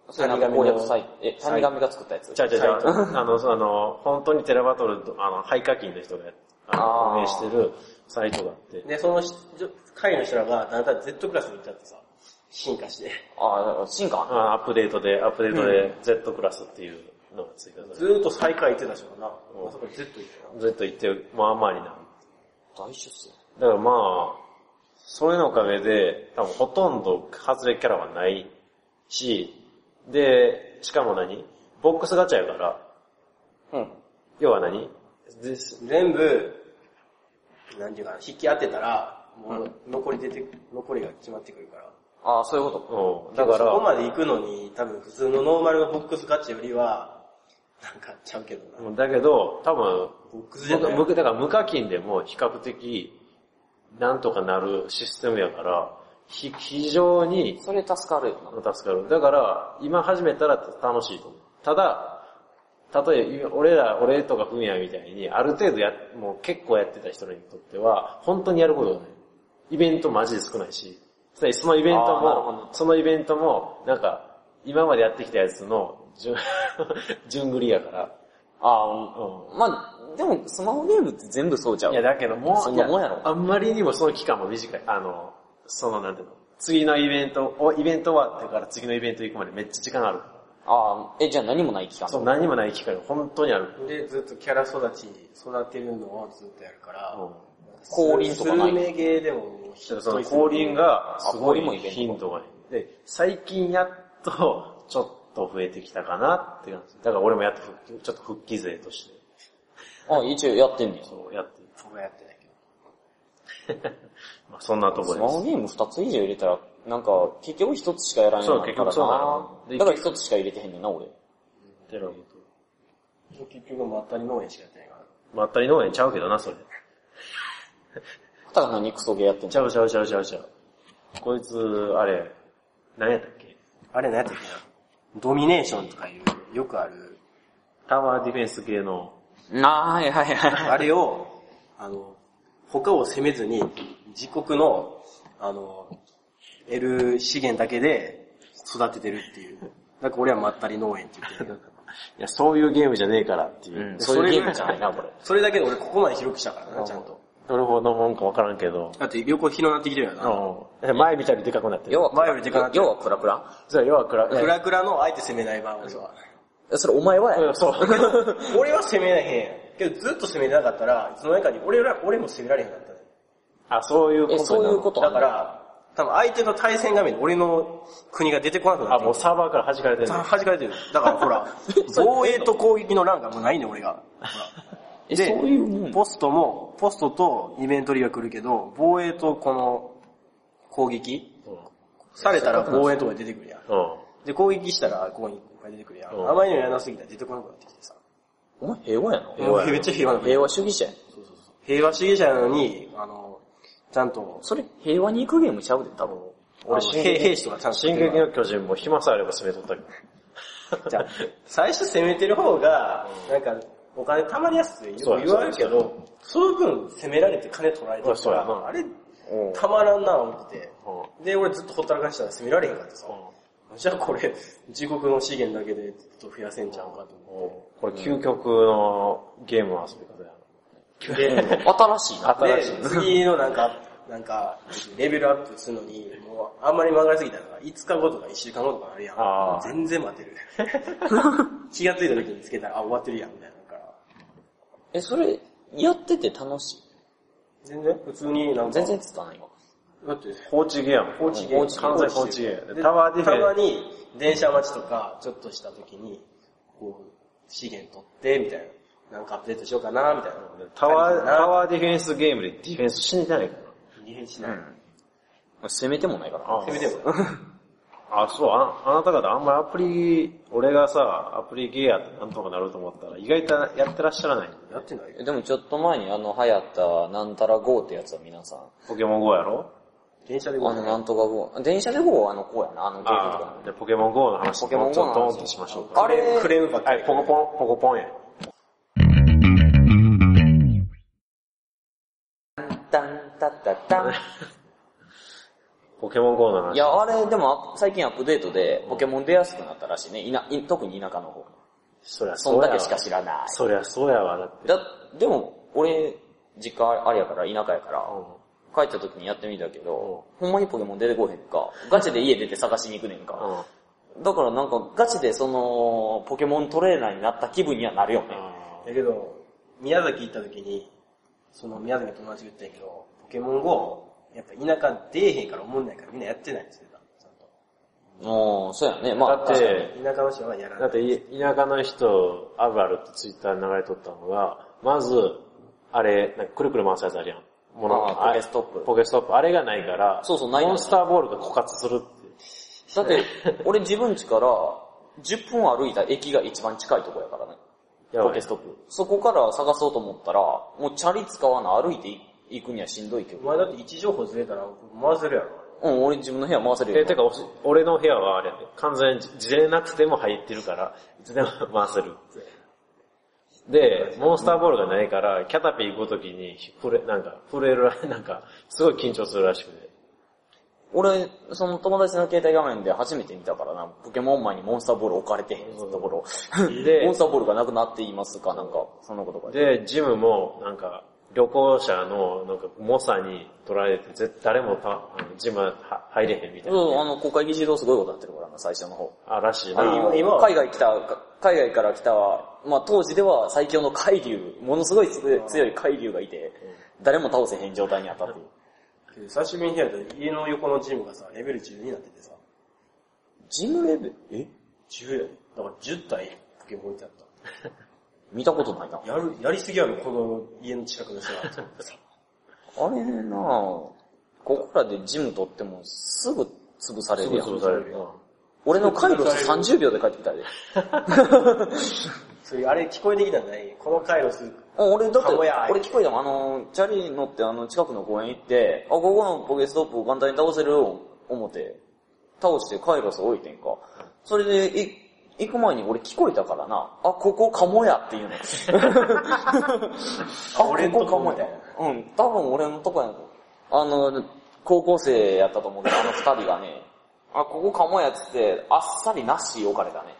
Speaker 2: それなんか攻略サイト、え、谷神が作ったやつ。
Speaker 1: ちゃうちゃうちゃ う。あの、そうあの、本当にテラバトルと、あの、廃課金の人が、あ
Speaker 2: あ
Speaker 1: の、
Speaker 2: ー
Speaker 1: 運営してるサイトがあって
Speaker 3: な。。で、そのし会の人らがだんだん Z クラスに行っちゃってさ、進化して。
Speaker 2: あ、だから進化あんの
Speaker 1: あアップデートで、アップデートで Z クラスっていうのが追加さ
Speaker 3: ず
Speaker 1: れて、
Speaker 3: ーっと最下位行ってた人かな。
Speaker 1: うん
Speaker 3: あそこ Z 行ってたな。
Speaker 1: ずっと言って、まあまあになる。
Speaker 2: 大出世。
Speaker 1: だからまあ、それのおかげで、多分ほとんど外れキャラはないし、で、しかも何ボックスガチャやから、
Speaker 2: うん。
Speaker 1: 要は何で
Speaker 3: 全部、なんていうかな、引き当てたら、もう残り出て、残りが決まってくるから。
Speaker 2: あ、そういうこと。
Speaker 1: うん、だか
Speaker 3: そこ
Speaker 1: ら、
Speaker 3: まで行くのに、多分普通のノーマルのボックスガチャよりは、なんかちゃうけどな。
Speaker 1: だけど、多分、
Speaker 3: ボックスじゃない。
Speaker 1: 無だから無課金でも比較的なんとかなるシステムやから、ひ非常に
Speaker 2: それ助かるよな。
Speaker 1: 助かる。だから、今始めたら楽しいと思う。ただ、例えば、俺ら、俺とかふみやみたいに、ある程度や、もう結構やってた人にとっては、本当にやることがない。イベントマジで少ないし、そそのイベント
Speaker 2: あーなるほど
Speaker 1: も、そのイベントも、なんか、今までやってきたやつの、順、 順繰りやから。
Speaker 2: あ、
Speaker 1: うん
Speaker 2: まあ、でも、スマホゲームって全部そうちゃう。
Speaker 1: いや、だけどもう、
Speaker 2: そんなもんやろ
Speaker 1: いあんまりにもその期間も短い。あの、その、なんていうの、次のイベント、おイベント終わってから次のイベント行くまでめっちゃ時間ある。
Speaker 2: あ、え、じゃあ何もない期間
Speaker 1: そう、何もない機会が本当にある。
Speaker 3: で、ずっとキャラ育ち、育てるのをずっとやるから、
Speaker 1: う
Speaker 2: 降臨とかない
Speaker 3: 数名ゲーでももうヒ
Speaker 1: ん。
Speaker 3: ッ
Speaker 1: そ
Speaker 3: ト
Speaker 1: の
Speaker 3: いす
Speaker 1: 降臨が、すごい
Speaker 2: あ降臨もイベント
Speaker 1: 頻度がいい。で、最近やっと、ちょっと増えてきたかなって感じ。だから俺もやっと復帰、ちょっと復帰勢として、
Speaker 2: あ、一応やってんねん。
Speaker 1: そうやってる。
Speaker 3: 僕はやってないけど。
Speaker 1: まあそんなとこ
Speaker 2: ス
Speaker 1: で
Speaker 2: マホ
Speaker 1: す。
Speaker 2: ゲーム二つ以上入れたら、なんか、結局一つしかやらんようになるから
Speaker 1: そう結局そうな
Speaker 2: な。
Speaker 1: の
Speaker 2: だから一つしか入れてへんねんな、俺。
Speaker 1: テロと。
Speaker 3: 僕結局まったり農園しかやってないから。
Speaker 1: まったり農園ちゃうけどな、それ。
Speaker 2: ただ何クソゲーやってん
Speaker 1: ちゃうちゃうちゃうちゃうちゃう。こいつ、あれ、何やったっけ
Speaker 3: あれ何やったっけなドミネーションとかいう、よくある、
Speaker 1: タワーディフェンス系の、
Speaker 2: の。あはいはいはい。
Speaker 3: あれを、あの、他を攻めずに、自国の、あの、得る資源だけで育ててるっていう。だから俺はまったり農園って言ってるけど。
Speaker 1: いや、そういうゲームじゃねえからっていう。
Speaker 2: うん、そういうゲームじゃないな、これ。
Speaker 3: それだけで俺ここまで広くしたからな、ちゃんと。
Speaker 1: どれほどのもんかわからんけど。
Speaker 3: だって旅行広なってきてるよな。
Speaker 1: うん。前みたいにでかくなってる
Speaker 2: 要。は、
Speaker 3: 前よりでかなってる
Speaker 2: 要はクラクラ
Speaker 1: そう、要は暗
Speaker 3: クラクラのあえて攻めない版、俺は。
Speaker 2: それお前はや。
Speaker 1: うんそう。
Speaker 3: 俺は攻めれへんやん。けどずっと攻めてなかったら、いつの間にかに俺ら、俺も攻められへんかったね。
Speaker 1: あ、そういうこと
Speaker 2: え、
Speaker 1: なの
Speaker 2: そういうこと
Speaker 3: だから、多分相手の対戦画面に俺の国が出てこなくな
Speaker 1: あ、
Speaker 3: って
Speaker 1: もうサーバーから弾かれてる。
Speaker 3: 弾かれてる。だからほら、防衛と攻撃の欄がもうないねん、俺が。
Speaker 2: え、
Speaker 3: で
Speaker 2: そういうもん
Speaker 3: ポストも、ポストとイベントリーが来るけど、防衛とこの攻撃されたら防衛とか出てくるやん。
Speaker 1: うん。
Speaker 3: で、攻撃したらここにここが出てくるや
Speaker 1: うん
Speaker 3: ん。あまりにもやらなすぎたら出てこなくなってきてさ。
Speaker 2: お前平和やな。
Speaker 1: 平和やな
Speaker 3: めっちゃ平和な
Speaker 2: 平和主義者やん。
Speaker 3: 平和主義者なのに、あの、ちゃんと、
Speaker 2: それ平和に行くゲームちゃうで、多分。
Speaker 3: 俺、
Speaker 1: 進撃
Speaker 3: 兵兵士とかちゃんと
Speaker 1: 進撃の巨人も暇さえあれば攻めとったけど。
Speaker 3: じゃあ最初攻めてる方が、なんか、お金貯まりやすいってよく言われるけど、その分攻められて金取られてる
Speaker 1: そ
Speaker 3: か
Speaker 1: うやな
Speaker 3: ら、あれ、たまらんな、思ってて
Speaker 1: う。
Speaker 3: で、俺ずっとほったらかしたら攻められへんかってさ、じゃあこれ、自国の資源だけでずっと増やせんちゃうかと思って。
Speaker 1: これ究極のゲームの遊び方や
Speaker 3: で、
Speaker 2: 新しいな。
Speaker 1: 新しい
Speaker 3: で次のなんか、なんか、レベルアップするのに、もう、あんまり曲がりすぎたら、5日後とか1週間後とかあるやん
Speaker 1: あー。
Speaker 3: 全然待て る。気がついた時につけたら、あ、終わってるやん、みたいなのから。
Speaker 2: え、それ、やってて楽しい。
Speaker 3: 全然普通になんか、
Speaker 2: 全然つたないわ。
Speaker 3: だって、
Speaker 1: 放置ゲーム。
Speaker 3: 放置ゲーム。
Speaker 1: 完全放置ゲーム。
Speaker 3: で
Speaker 1: でタワーディフ
Speaker 3: たま
Speaker 1: ェン
Speaker 3: に、電車待ちとか、ちょっとした時に、こう、資源取って、みたいな。なんかアップデートしようかな、みたいな。
Speaker 1: ス。タワー、
Speaker 3: な
Speaker 1: タワーディフェンスゲームでディフェンス死んでないから。
Speaker 3: 逃げし
Speaker 2: う
Speaker 3: ない。
Speaker 2: ん。攻めてもないから
Speaker 1: あ
Speaker 2: な。
Speaker 3: せめても。
Speaker 1: あ、そう、ああなた方あんまりアプリ、俺がさ、アプリゲーやってなんとかなると思ったら、意外とやってらっしゃらない。
Speaker 3: やってないよ。
Speaker 2: えでもちょっと前にあの流行ったなんたら GO ってやつは皆さん、あ
Speaker 1: ポケモン GO やろ
Speaker 3: 電車でご
Speaker 2: の
Speaker 3: 飯。
Speaker 2: なんとか GO、電車で GO はあのこうやな、あのゲームとか
Speaker 1: ああ、じゃあポケモン GO の話、
Speaker 2: ポケモン GO の話
Speaker 1: もうちょっとドーンとしましょうか。
Speaker 2: の。あれ、
Speaker 3: クレームばっか
Speaker 1: は
Speaker 3: り
Speaker 1: い、。ポコポン、ポコポンや。
Speaker 2: ダンタッタッタ
Speaker 1: ポケモン GO の
Speaker 2: ン。
Speaker 1: 話。
Speaker 2: いや、あれ、でもあ最近アップデートでポケモン出やすくなったらしいね。いない特に田舎の方。
Speaker 1: そりゃ
Speaker 2: そ
Speaker 1: そ
Speaker 2: ん
Speaker 1: うや
Speaker 2: だ
Speaker 1: わ
Speaker 2: けしか知らない。
Speaker 1: そりゃそうやわ、だって。
Speaker 2: だ、でも、俺、実家あれやから、田舎やから、
Speaker 1: う
Speaker 2: 帰った時にやってみたけど、ほんまにポケモン出てこへんか、ガチで家出て探しに行くねん
Speaker 1: ん。
Speaker 2: か。
Speaker 1: うん。
Speaker 2: だからなんか、ガチでその、ポケモントレーナーになった気分にはなるよね。
Speaker 3: だけど、宮崎行った時に、その宮崎の友達が言ったんやけど、ポケモン GO、やっぱ田舎出えへんから思んないからみんなやってないんですよ。ちゃんと
Speaker 2: もう、そうやね。まあ、
Speaker 1: だって
Speaker 2: 確かに
Speaker 3: 田舎の人はやら
Speaker 1: だ
Speaker 3: な
Speaker 1: っ
Speaker 3: い。
Speaker 1: てい、田舎の人、あるあるってツイッターに流れとったのが、まず、あれ、なんかくるくる回すやつあるやん。もの
Speaker 2: あー
Speaker 1: あれ
Speaker 2: ポケストップ
Speaker 1: ポケストップ。あれがないから、
Speaker 2: そうそうないの
Speaker 1: モンスターボールが枯渇するっていう。
Speaker 2: だって、 俺自分家から、10分歩いた駅が一番近いとこやからね。
Speaker 1: やばい
Speaker 2: ポケストップ。そこから探そうと思ったら、もうチャリ使わな歩いて行くにはしんどいけ
Speaker 3: お
Speaker 2: ど。
Speaker 3: 前だって位置情報ずれたら回せるやろ。
Speaker 2: うん、俺自分の部屋回せるよ。
Speaker 1: え、てか、おし俺の部屋はあれやね、完全に事例なくても入ってるから、いつでも回せる。で、モンスターボールがないから、キャタピー行くときに、震え、なんか、震えるら、なんか、すごい緊張するらしくて。
Speaker 2: 俺、その友達の携帯画面で初めて見たからな、ポケモン前にモンスターボール置かれてへんってところ。
Speaker 1: で
Speaker 2: モンスターボールがなくなっていますか、なんか、そんなことか。
Speaker 1: で、ジムも、なんか、旅行者の、なんか、猛者に取られて、絶誰もた、あのジムは入れへんみたいな、
Speaker 2: そう、あの、国会議事堂すごいことになってるからな、最初の方。
Speaker 1: あ、らしい
Speaker 2: あ
Speaker 1: な。
Speaker 2: の
Speaker 3: 今今は
Speaker 2: 海外来た、海外から来た、まあ当時では最強の海流、ものすごい強い海流がいて、誰も倒せへん状態にあったっていう。
Speaker 3: けど久しぶりにやると家の横のジムがさ、レベル10になっててさ、
Speaker 2: ジムレベル、え
Speaker 3: 10やで。だから10体ポケモン置いてあった。
Speaker 2: 見たことないな。
Speaker 3: やる、やりすぎやろ、この家の近くの人は。
Speaker 2: あれなぁ、ここらでジム取ってもすぐ潰され
Speaker 1: すぐ
Speaker 2: るやん
Speaker 1: 潰。されるな。
Speaker 2: 俺の回路30秒で帰ってきたで。
Speaker 3: そういう、あれ聞こえてきたんじゃないこの回路する。
Speaker 2: 俺だって、
Speaker 3: かもや
Speaker 2: 俺聞こえたもん、あの、チャリ乗ってあの近くの公園行って、あ、ここのポケストップを簡単に倒せるよ、思って、倒してカイロス置いてんか。それで、い、行く前に俺聞こえたからな、あ、ここかもや って言うねん。あ、
Speaker 3: 俺ん
Speaker 2: こことか
Speaker 3: こ
Speaker 2: も
Speaker 3: も
Speaker 2: や
Speaker 3: や。
Speaker 2: うん、多分俺のとこやん。あの、高校生やったと思うけど、あの二人がね、あ、ここかもやっつって、あっさりなし置かれたね。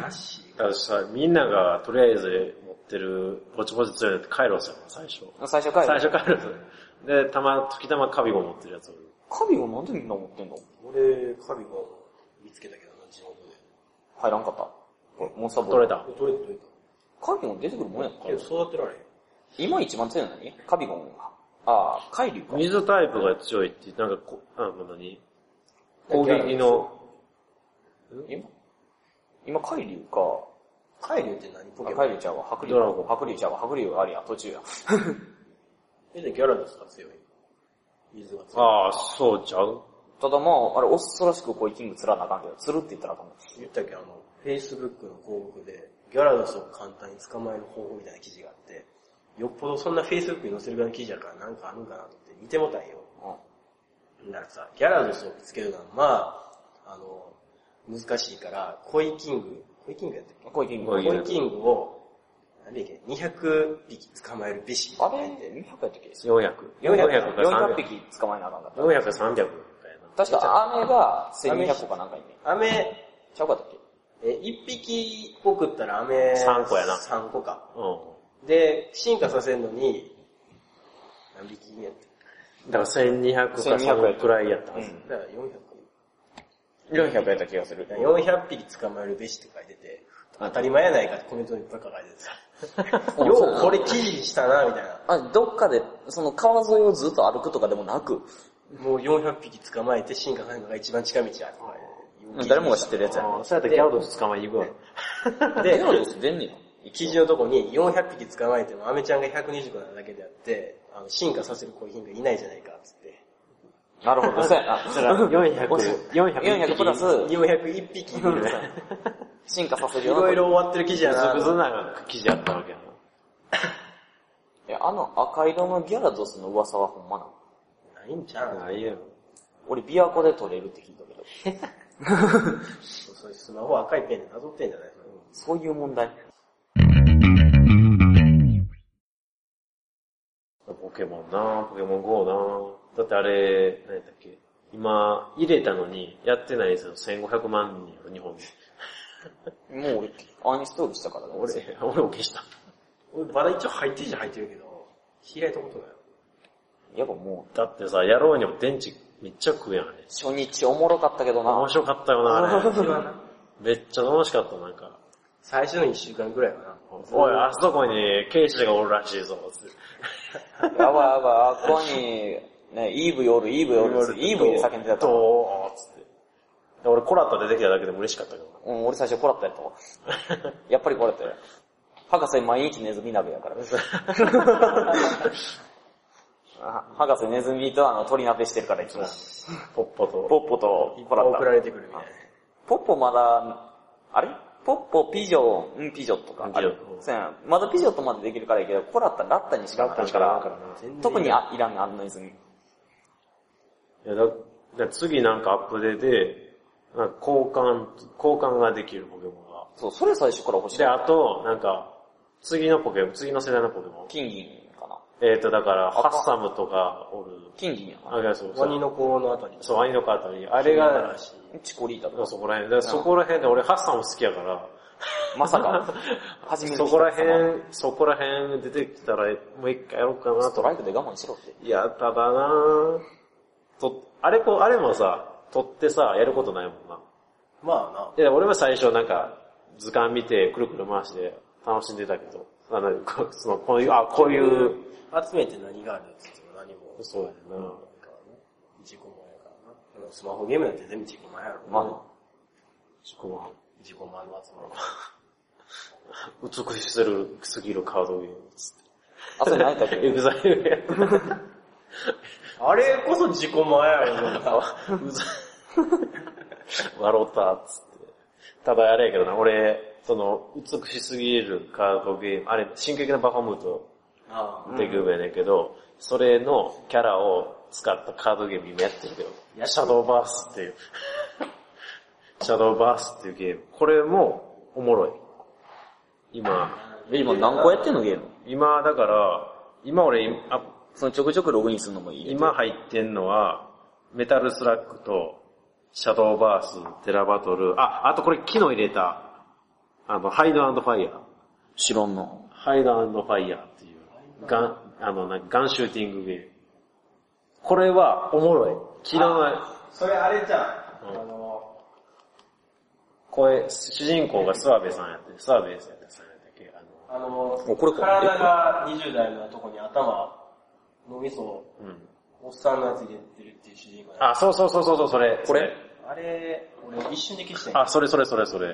Speaker 3: なし。
Speaker 1: だからさ、みんながとりあえず持ってる、ぼちぼち強いのってカイロスやもん、最初。
Speaker 2: 最初カイ
Speaker 1: 最
Speaker 2: ロ
Speaker 1: 初カイロス。で、たま、時たまカビゴ持ってるやつおる。
Speaker 2: カビをなんでみんな持ってんの
Speaker 3: 俺、カビが見つけたけどな、地元で。
Speaker 2: 入らんかった。モンスターボー
Speaker 1: 取
Speaker 2: ル。
Speaker 1: れた。
Speaker 3: どれどれか。
Speaker 2: カビゴン出てくるもんやんか
Speaker 3: けど育てられへん。
Speaker 2: 今一番強いのにカビゴン。ああ、海流か。
Speaker 1: 水タイプが強いって、なんかこ、あの、何攻撃の、
Speaker 2: 今、今、海流か。
Speaker 3: 海流って何ポケ
Speaker 2: あ
Speaker 3: モン
Speaker 2: 海流ちゃうわ、白竜。
Speaker 1: ドラゴン
Speaker 2: 白竜ちゃうわ、白竜ありや、途中や。
Speaker 3: え、じゃあギャラドスが強い。水が強い。
Speaker 1: ああ、そうちゃう
Speaker 2: ただまあ、あれ、恐ろしくこう、キング釣らなあかんけど、釣るって言ったらあかんの。
Speaker 3: 言ったっけ、あの、Facebook の広告で、ギャラドスを簡単に捕まえる方法みたいな記事があって、よっぽどそんな Facebook に載せるぐらいの記事やからなんかあるんかなと思って見てもたんよ。ならさ、ギャラドスを見つけるのは、まあ、あの、難しいから、コイキング、コイキングやったっ
Speaker 2: うん。これキング。
Speaker 1: コ
Speaker 3: け
Speaker 1: イキング
Speaker 3: コイキングを、何でいけ、200匹捕まえるビシみた
Speaker 2: あ
Speaker 3: いな
Speaker 2: れ
Speaker 3: のがいて、
Speaker 2: 200やったっけ
Speaker 1: ?400。
Speaker 2: 400
Speaker 1: か300。
Speaker 2: 400匹捕まえなあかんかった。
Speaker 1: 400か300みたいな。
Speaker 2: 確か、アメが1200個かなんかいんねん。
Speaker 3: アメ、
Speaker 2: ちゃうかったっけ
Speaker 3: え、1匹送ったらアメ、
Speaker 1: 三個やな
Speaker 3: 3個か。
Speaker 1: う
Speaker 3: で、進化させるのに、何匹やっ
Speaker 1: ん。だから1200か
Speaker 2: 1200やった
Speaker 1: 300くらいやったはず。
Speaker 3: ただから400。
Speaker 2: 400やった気がする。
Speaker 3: 400匹捕まえるべしって書いてて、当たり前やないかってコメントにいっぱい書かれて さ、ようこれ記事にしたな、みたいな。
Speaker 2: あ、どっかで、その川沿いをずっと歩くとかでもなく、
Speaker 3: もう400匹捕まえて進化させるのが一番近道や。
Speaker 2: 誰もが知ってるやつやね
Speaker 1: ああ、そうやったらギャラドス捕まえに行くわ。
Speaker 2: で、
Speaker 3: で
Speaker 2: ギャラドス出んねや。
Speaker 3: 記事のとこに400匹捕まえてもアメちゃんが120個なだけであって、あの進化させるコーヒーがいないじゃないか、つって。
Speaker 2: なるほど、そうやな。
Speaker 1: それは400、400。
Speaker 2: 400プラス、
Speaker 3: 401匹い るさ、
Speaker 2: 進化させ
Speaker 3: い
Speaker 2: るような。
Speaker 3: ろいろ終わってる記事や
Speaker 1: ブズ
Speaker 3: な。
Speaker 1: ブズな記事やったわけや
Speaker 2: いや、あの赤色のギャラドスの噂はほんまなの。
Speaker 3: ないんちゃ
Speaker 1: な。
Speaker 3: う
Speaker 1: ないやろ。
Speaker 2: 俺、琵琶湖で取れるって聞いたけど。
Speaker 3: そうそうスマホ赤いペンでなぞってんじゃないそれ
Speaker 2: そういう問題。
Speaker 1: ポケモンなポケモン GO なだってあれ、何やったっけ今、入れたのに、やってないですよ。1500万人よ、日本で。
Speaker 2: もう俺、アンインストールしたからね。
Speaker 1: 俺、俺も消した。
Speaker 3: 俺まだ一応入ってるじゃ入ってるけど、開いたことない。
Speaker 2: やっぱもう、
Speaker 1: だってさ、やろうにも電池めっちゃ食うやん、あれ。
Speaker 2: 初日おもろかったけど
Speaker 1: 面
Speaker 2: な。
Speaker 1: 白かったよな、あれ。
Speaker 3: 一番な
Speaker 1: めっちゃ楽しかった、なんか。
Speaker 3: 最初の1週間ぐらいかな。
Speaker 1: おい、あそこに警視がおるらしいぞ、つって。
Speaker 2: やばいやばい、あっこに、ね、イーブ夜、イーブ夜、イーブで叫んでたから。うん
Speaker 1: どうつって。俺、コラッタ出てきただけでも嬉しかったけど。
Speaker 2: 俺最初コラッタ やったわ。やっぱりコラッタや。博士毎日ネズミ 鍋やから。あ博士ネズミとあの鳥鍋してるからいつも。
Speaker 1: ポッポ
Speaker 2: ポ
Speaker 1: と。
Speaker 2: ッポとコラッタ
Speaker 3: 送。られてくるみたいな。
Speaker 2: ポッポまだ、あれポッポ、ピジョン、うんピジョットか。
Speaker 1: ピジョット
Speaker 2: あれそうやんまだピジョットまでできるからいいけど、コラッタ、ラッタにしかあかんか、
Speaker 1: かららな。
Speaker 3: 全然
Speaker 2: 特にあいらんねんあんの泉。
Speaker 1: いやだだ次なんかアップデートで、なんか交換、交換ができるポケモンが。
Speaker 2: そう、それ最初から欲しい
Speaker 1: で、。あと、なんか、次のポケモン、次の世代のポケモン。
Speaker 2: 金銀かな。
Speaker 1: えっ、ー、と、だから、ハッサムとかおる。
Speaker 2: 金銀や
Speaker 1: あ、
Speaker 2: ない
Speaker 1: や、そう、そう
Speaker 3: 鬼の子のあたり。
Speaker 1: そう、ワニのカートに。あれが、
Speaker 2: チコリータと
Speaker 1: そ
Speaker 2: か。
Speaker 1: こら辺。だからそこら辺で、俺ハッサム好きやから、
Speaker 2: まさ か、初めて来た
Speaker 1: そこら辺、そこら辺出てきたら、もう一回やろうかな
Speaker 2: スト
Speaker 1: と。
Speaker 2: ライクで我慢しろって。
Speaker 1: いや、ただなぁ。と、あれこ、あれもさ、撮ってさ、やることないもんな。
Speaker 3: まあ
Speaker 1: いや、俺は最初なんか、図鑑見て、くるくる回して、楽しんでたけど、あの、こその、こういう、あ、こういう、
Speaker 3: な、集めて何があるって言っても何も。
Speaker 1: そうやな
Speaker 3: 自己満やからな。スマホゲームなんて全部自己満やろ。
Speaker 2: まあ、
Speaker 1: 自己満。
Speaker 3: 自己満の集まろ
Speaker 1: 美しすぎる、すぎるカードゲーム。つって
Speaker 2: あ、それ何やったっけ
Speaker 1: エグザイルや。
Speaker 3: あれこそ自己満やろ。
Speaker 1: 笑った、つって。ただあれやけどな、俺、その、美しすぎるカードゲーム、あれ、進撃のバファムート
Speaker 3: ああ
Speaker 1: っていうゲームやねんけど、それのキャラを使ったカードゲーム今やってるけど、シャドーバースっていう、 シャドーバースっていうゲーム。これもおもろい。今、
Speaker 2: 今何個やってんのゲーム
Speaker 1: 今だから、今俺、あ
Speaker 2: そのちょくちょくログインするのもいい。
Speaker 1: 今入ってんのは、メタルスラックと、シャドーバース、テラバトル、あ、あとこれ昨日入れた、あの、ハイドアンドファイヤー。
Speaker 2: 知らんの。
Speaker 1: ハイドアンドファイヤーっていう、ガン、あの、なんかガンシューティングゲーム。これはおもろい。昨日の、
Speaker 3: それあれじゃ
Speaker 1: うん
Speaker 3: ん。あの、
Speaker 1: これ、主人公が諏訪部さんやって、諏訪部さんやったっけあの、
Speaker 3: あの
Speaker 2: おこれか
Speaker 3: 体が20代のとこに頭、脳みそを
Speaker 2: うん。
Speaker 3: おっさんのやつ入れてるっていう主人公だ
Speaker 1: あ、そうそうそうそうそう、それ。
Speaker 2: これ
Speaker 3: あれ、俺一瞬で消したんや
Speaker 1: あ、それそれそれそれ。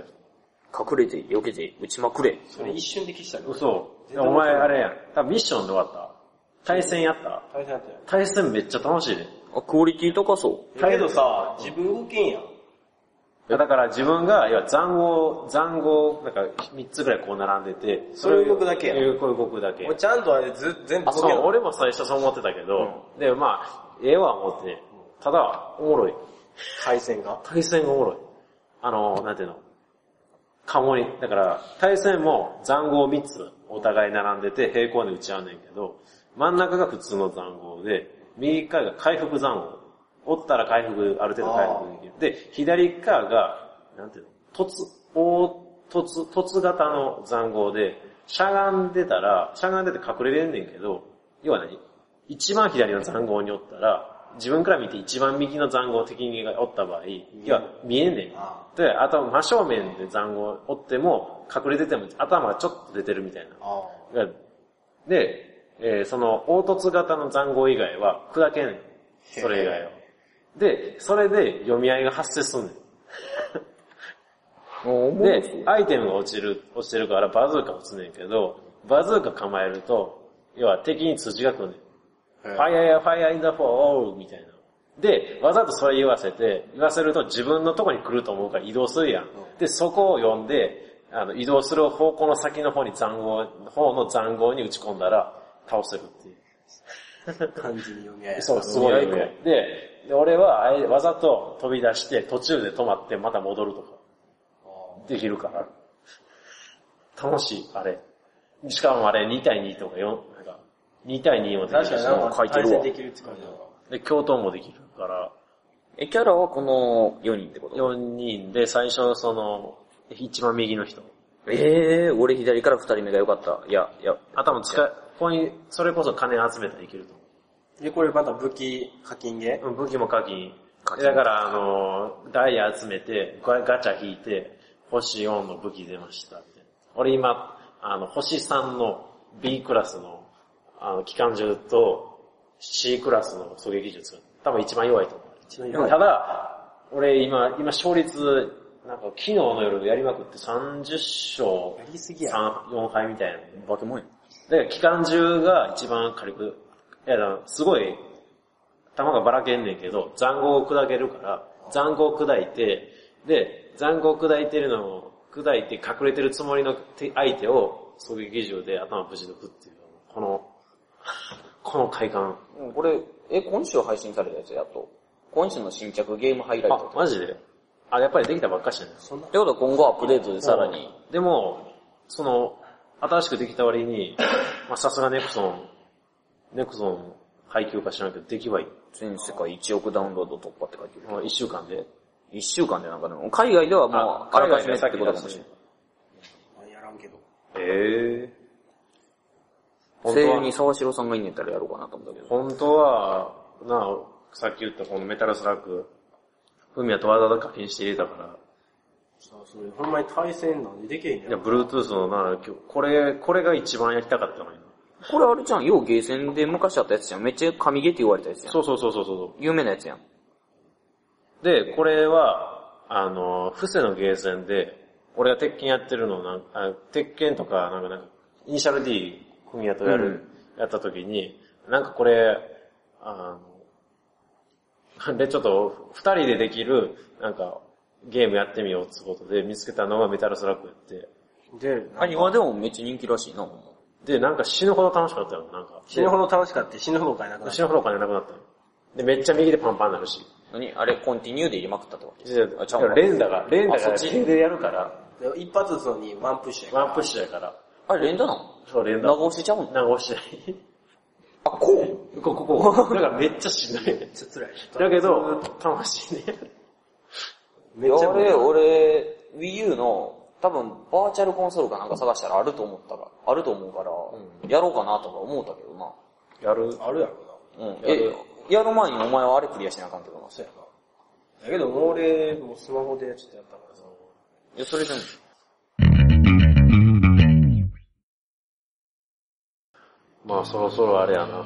Speaker 2: 隠れて、避けて、打ちまくれ。
Speaker 3: それ一瞬で消したんや
Speaker 1: 嘘。お前あれやん。多分ミッションで終わった。対戦やった
Speaker 3: 大変だったよ。
Speaker 1: 対戦めっちゃ楽しいね。
Speaker 2: あ、クオリティ高そ
Speaker 3: だけどさ、自分動けんやん。
Speaker 1: だから自分が、いや、残号、残号、なんか3つぐらいこう並んでて、
Speaker 3: それを動くだけやん
Speaker 1: えーこれ動くだけ。
Speaker 3: 俺ちゃんとあれず全部
Speaker 1: あ
Speaker 3: 動
Speaker 1: そ
Speaker 3: け
Speaker 1: う、
Speaker 3: ん
Speaker 1: 俺も最初そう思ってたけど、で、まあ、ええわ思ってね。ただ、おもろい。
Speaker 3: 回線が。
Speaker 1: 対戦がおもろい。あの、なんていうの。カモに、だから、対戦も残号3つ、お互い並んでて、平行に打ち合うねんけど、真ん中が普通の残号で、右側が回復残号。折ったら回復、ある程度回復できる。で、左側が、なんていうの、突、大、突、突型の残号で、しゃがんでたら、しゃがんでて隠れれんねんけど、要は何一番左の残号におったら、自分から見て一番右の残号敵におった場合、要は見えんねん。
Speaker 3: あ
Speaker 1: で、頭真正面で残号折っても、隠れてても頭がちょっと出てるみたいな。
Speaker 3: あ
Speaker 1: で、えーその凹凸型の残号以外は砕けんねん。それ以外は。で、それで読み合いが発生すんねん。
Speaker 2: う。もう思う
Speaker 1: で、アイテムが落ちる、落ちてるからバズーカ落ちねんけど、バズーカ構えると、要は敵に通知が来んねん。ファイアやファイアインダフォーオーみたいな。で、わざとそれ言わせて、言わせると自分のとこに来ると思うから移動するやん。で、そこを読んで、あの、移動する方向の先の方に残号、方の残号に打ち込んだら、倒せるっていう。
Speaker 3: 感じに読み合え
Speaker 1: そう、すごいよね。で、で俺はあれわざと飛び出して、途中で止まってまた戻るとか、できるから。楽しい、あれ。しかもあれ2対2とか4、なんか、2対2もで
Speaker 3: 確
Speaker 1: き
Speaker 3: か
Speaker 1: るし、
Speaker 3: にな
Speaker 2: 書
Speaker 3: んか
Speaker 2: いてる
Speaker 3: 対
Speaker 2: わ
Speaker 3: 戦できるって感じだわ。
Speaker 1: で、共闘もできるから、
Speaker 2: え、キャラはこの4人ってこと
Speaker 1: 4人で最初その、一番右の人。
Speaker 2: ええー、俺左から2人目が良かった。いや、いや、
Speaker 1: 頭使い、ここに、それこそ金集めたらいけると思
Speaker 3: で、これまた武器課金ゲ
Speaker 1: う。うん武器も課金。
Speaker 2: 課金
Speaker 1: だからあの、ダイヤ集めて、ガガチャ引いて、星4の武器出ましたみたいな。俺今、あの、星3の B クラスの、あの、機関銃と C クラスの狙撃銃使う。多分一番弱いと思う。
Speaker 3: ー。
Speaker 2: 弱い
Speaker 1: ただ、俺今、今勝率、なんか昨日の夜やりまくって30
Speaker 3: や
Speaker 1: 勝
Speaker 3: りすぎや。
Speaker 1: 3、4敗みたいな。
Speaker 2: バケモンや。
Speaker 1: だから機関銃が一番火力、いや、だからすごい、弾がばらけんねんけど、残酷を砕けるから、残酷を砕いて、で、残酷を砕いてるのを、砕いて隠れてるつもりの手相手を、狙撃銃で頭ぶち抜くっていう、この、 この快感。
Speaker 2: うんこれ、え、今週配信されたやつやっと。今週の新着ゲームハイライ
Speaker 1: あ
Speaker 2: ト、。
Speaker 1: マジであ、やっぱりできたばっかしじゃないですか。
Speaker 2: ってことは今後アップデートでさらに。
Speaker 1: でも、その、新しくできた割に、まあさすがネクソン、ネクソン配給か知らんけど、出来はいい。
Speaker 2: 全世界1億ダウンロード突破って書いてる。
Speaker 1: もう一週間で。
Speaker 2: 1週間でなんかでも、海外ではもう、あらかじめってことかもしれない。
Speaker 3: あやらんけど。
Speaker 1: ええ本
Speaker 2: 声
Speaker 1: 当
Speaker 2: 優
Speaker 1: は
Speaker 2: に、沢城さんがいねえたらやろうかなと思ったけど。
Speaker 1: 本当は、なあ、さっき言ったこのメタルスラック、ふみやとわざわざ課金して入れたから、
Speaker 3: さあ、それ、ほんまに対戦なんでできへんや
Speaker 1: いや、
Speaker 3: ん。
Speaker 1: Bluetooth のな、今日これ、これが一番やりたかったのに。
Speaker 2: これあれじゃん、ようゲーセンで昔あったやつじゃん。めっちゃ神ゲーって言われたやつやん
Speaker 1: そ。うそうそうそうそ
Speaker 2: 有名なやつやん。
Speaker 1: う。で、これは、あの、伏せのゲーセンで、俺が鉄拳やってるのをなんあ、鉄拳とか、なんか、なんか、イニシャル D、ふみやとやる、やった時に、なんかこれ、あの、で、ちょっと、二人でできる、なんか、ゲームやってみようってことで、見つけたのがメタルスラックやって。
Speaker 3: で、
Speaker 2: あ、今でもめっちゃ人気らしいな、ほんま
Speaker 1: で、なんか死ぬほど楽しかったよ、なんか。
Speaker 3: 死ぬほど楽しかった死ぬほど買えなくなっ
Speaker 1: 死
Speaker 3: た。
Speaker 1: ぬほどお金なくなったよ。で、めっちゃ右でパンパンになるし。
Speaker 2: 何あれ、コンティニューで入れまくったってこと
Speaker 1: で
Speaker 2: あちゃうわ
Speaker 1: レンダが、レンダ
Speaker 2: あそ
Speaker 1: が
Speaker 2: っち
Speaker 1: 手でやるから、
Speaker 3: で一発打つのにワンプッシュや
Speaker 1: ワンプッシュやから。
Speaker 2: あれ、連打なの
Speaker 1: そう、レンダ。
Speaker 2: 長押しちゃうの
Speaker 1: 長押し
Speaker 2: あ、こ
Speaker 1: ない。ここ、こ こ。だからめっちゃしんどいね。
Speaker 3: ちょっと辛
Speaker 1: だ
Speaker 3: い。
Speaker 1: けど、楽しいね。
Speaker 2: ういや、あれ、俺、Wii U の、多分、バーチャルコンソールかなんか探したらあると思ったから、あると思うから、やろうかなとか思ったけどな。
Speaker 1: やる。
Speaker 3: あるやろな。
Speaker 2: うん。え、やる前にお前はあれクリアしなあかんけどな。
Speaker 3: そうやな。だけど、もう俺、もうスマホでちょっとやったからさ。
Speaker 2: いや、それじゃん。
Speaker 1: まあそろそろあれやな。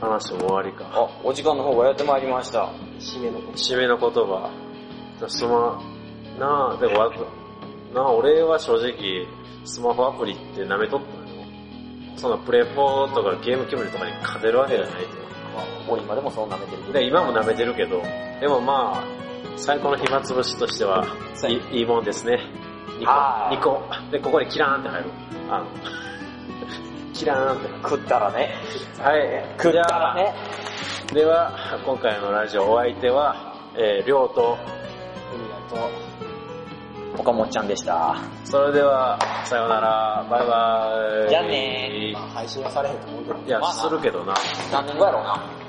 Speaker 1: 話も終わりか。
Speaker 2: あ、お時間の方がやってまいりました。
Speaker 3: 締めのこ
Speaker 1: 締めの言葉。すま、なあ、でもわ、なあ、俺は正直、スマホアプリって舐めとったのよ。そのプレフォーとかゲームキムリとかに勝てるわけじゃないと。
Speaker 2: まあ、もう今でもそう舐めてるけど。
Speaker 1: で、今も舐めてるけど、でもまあ、最高の暇つぶしとしては、いいいもんですね。2
Speaker 2: あ
Speaker 1: 個。
Speaker 2: ー
Speaker 1: 2個。で、ここにキラーンって入る。あの、キラーンって入る。
Speaker 2: 食ったらね。
Speaker 1: はい。
Speaker 2: 食ったらね。
Speaker 1: では、今回のラジオお相手は、えー、りょうと、
Speaker 2: ポカモッちゃんでした。
Speaker 1: それでは、さようなら、バイバイ。
Speaker 2: じゃあね
Speaker 4: まあ配信はされへんと思うけど。
Speaker 1: いや、
Speaker 2: まあな
Speaker 1: するけどな。
Speaker 2: 何年後やろうな。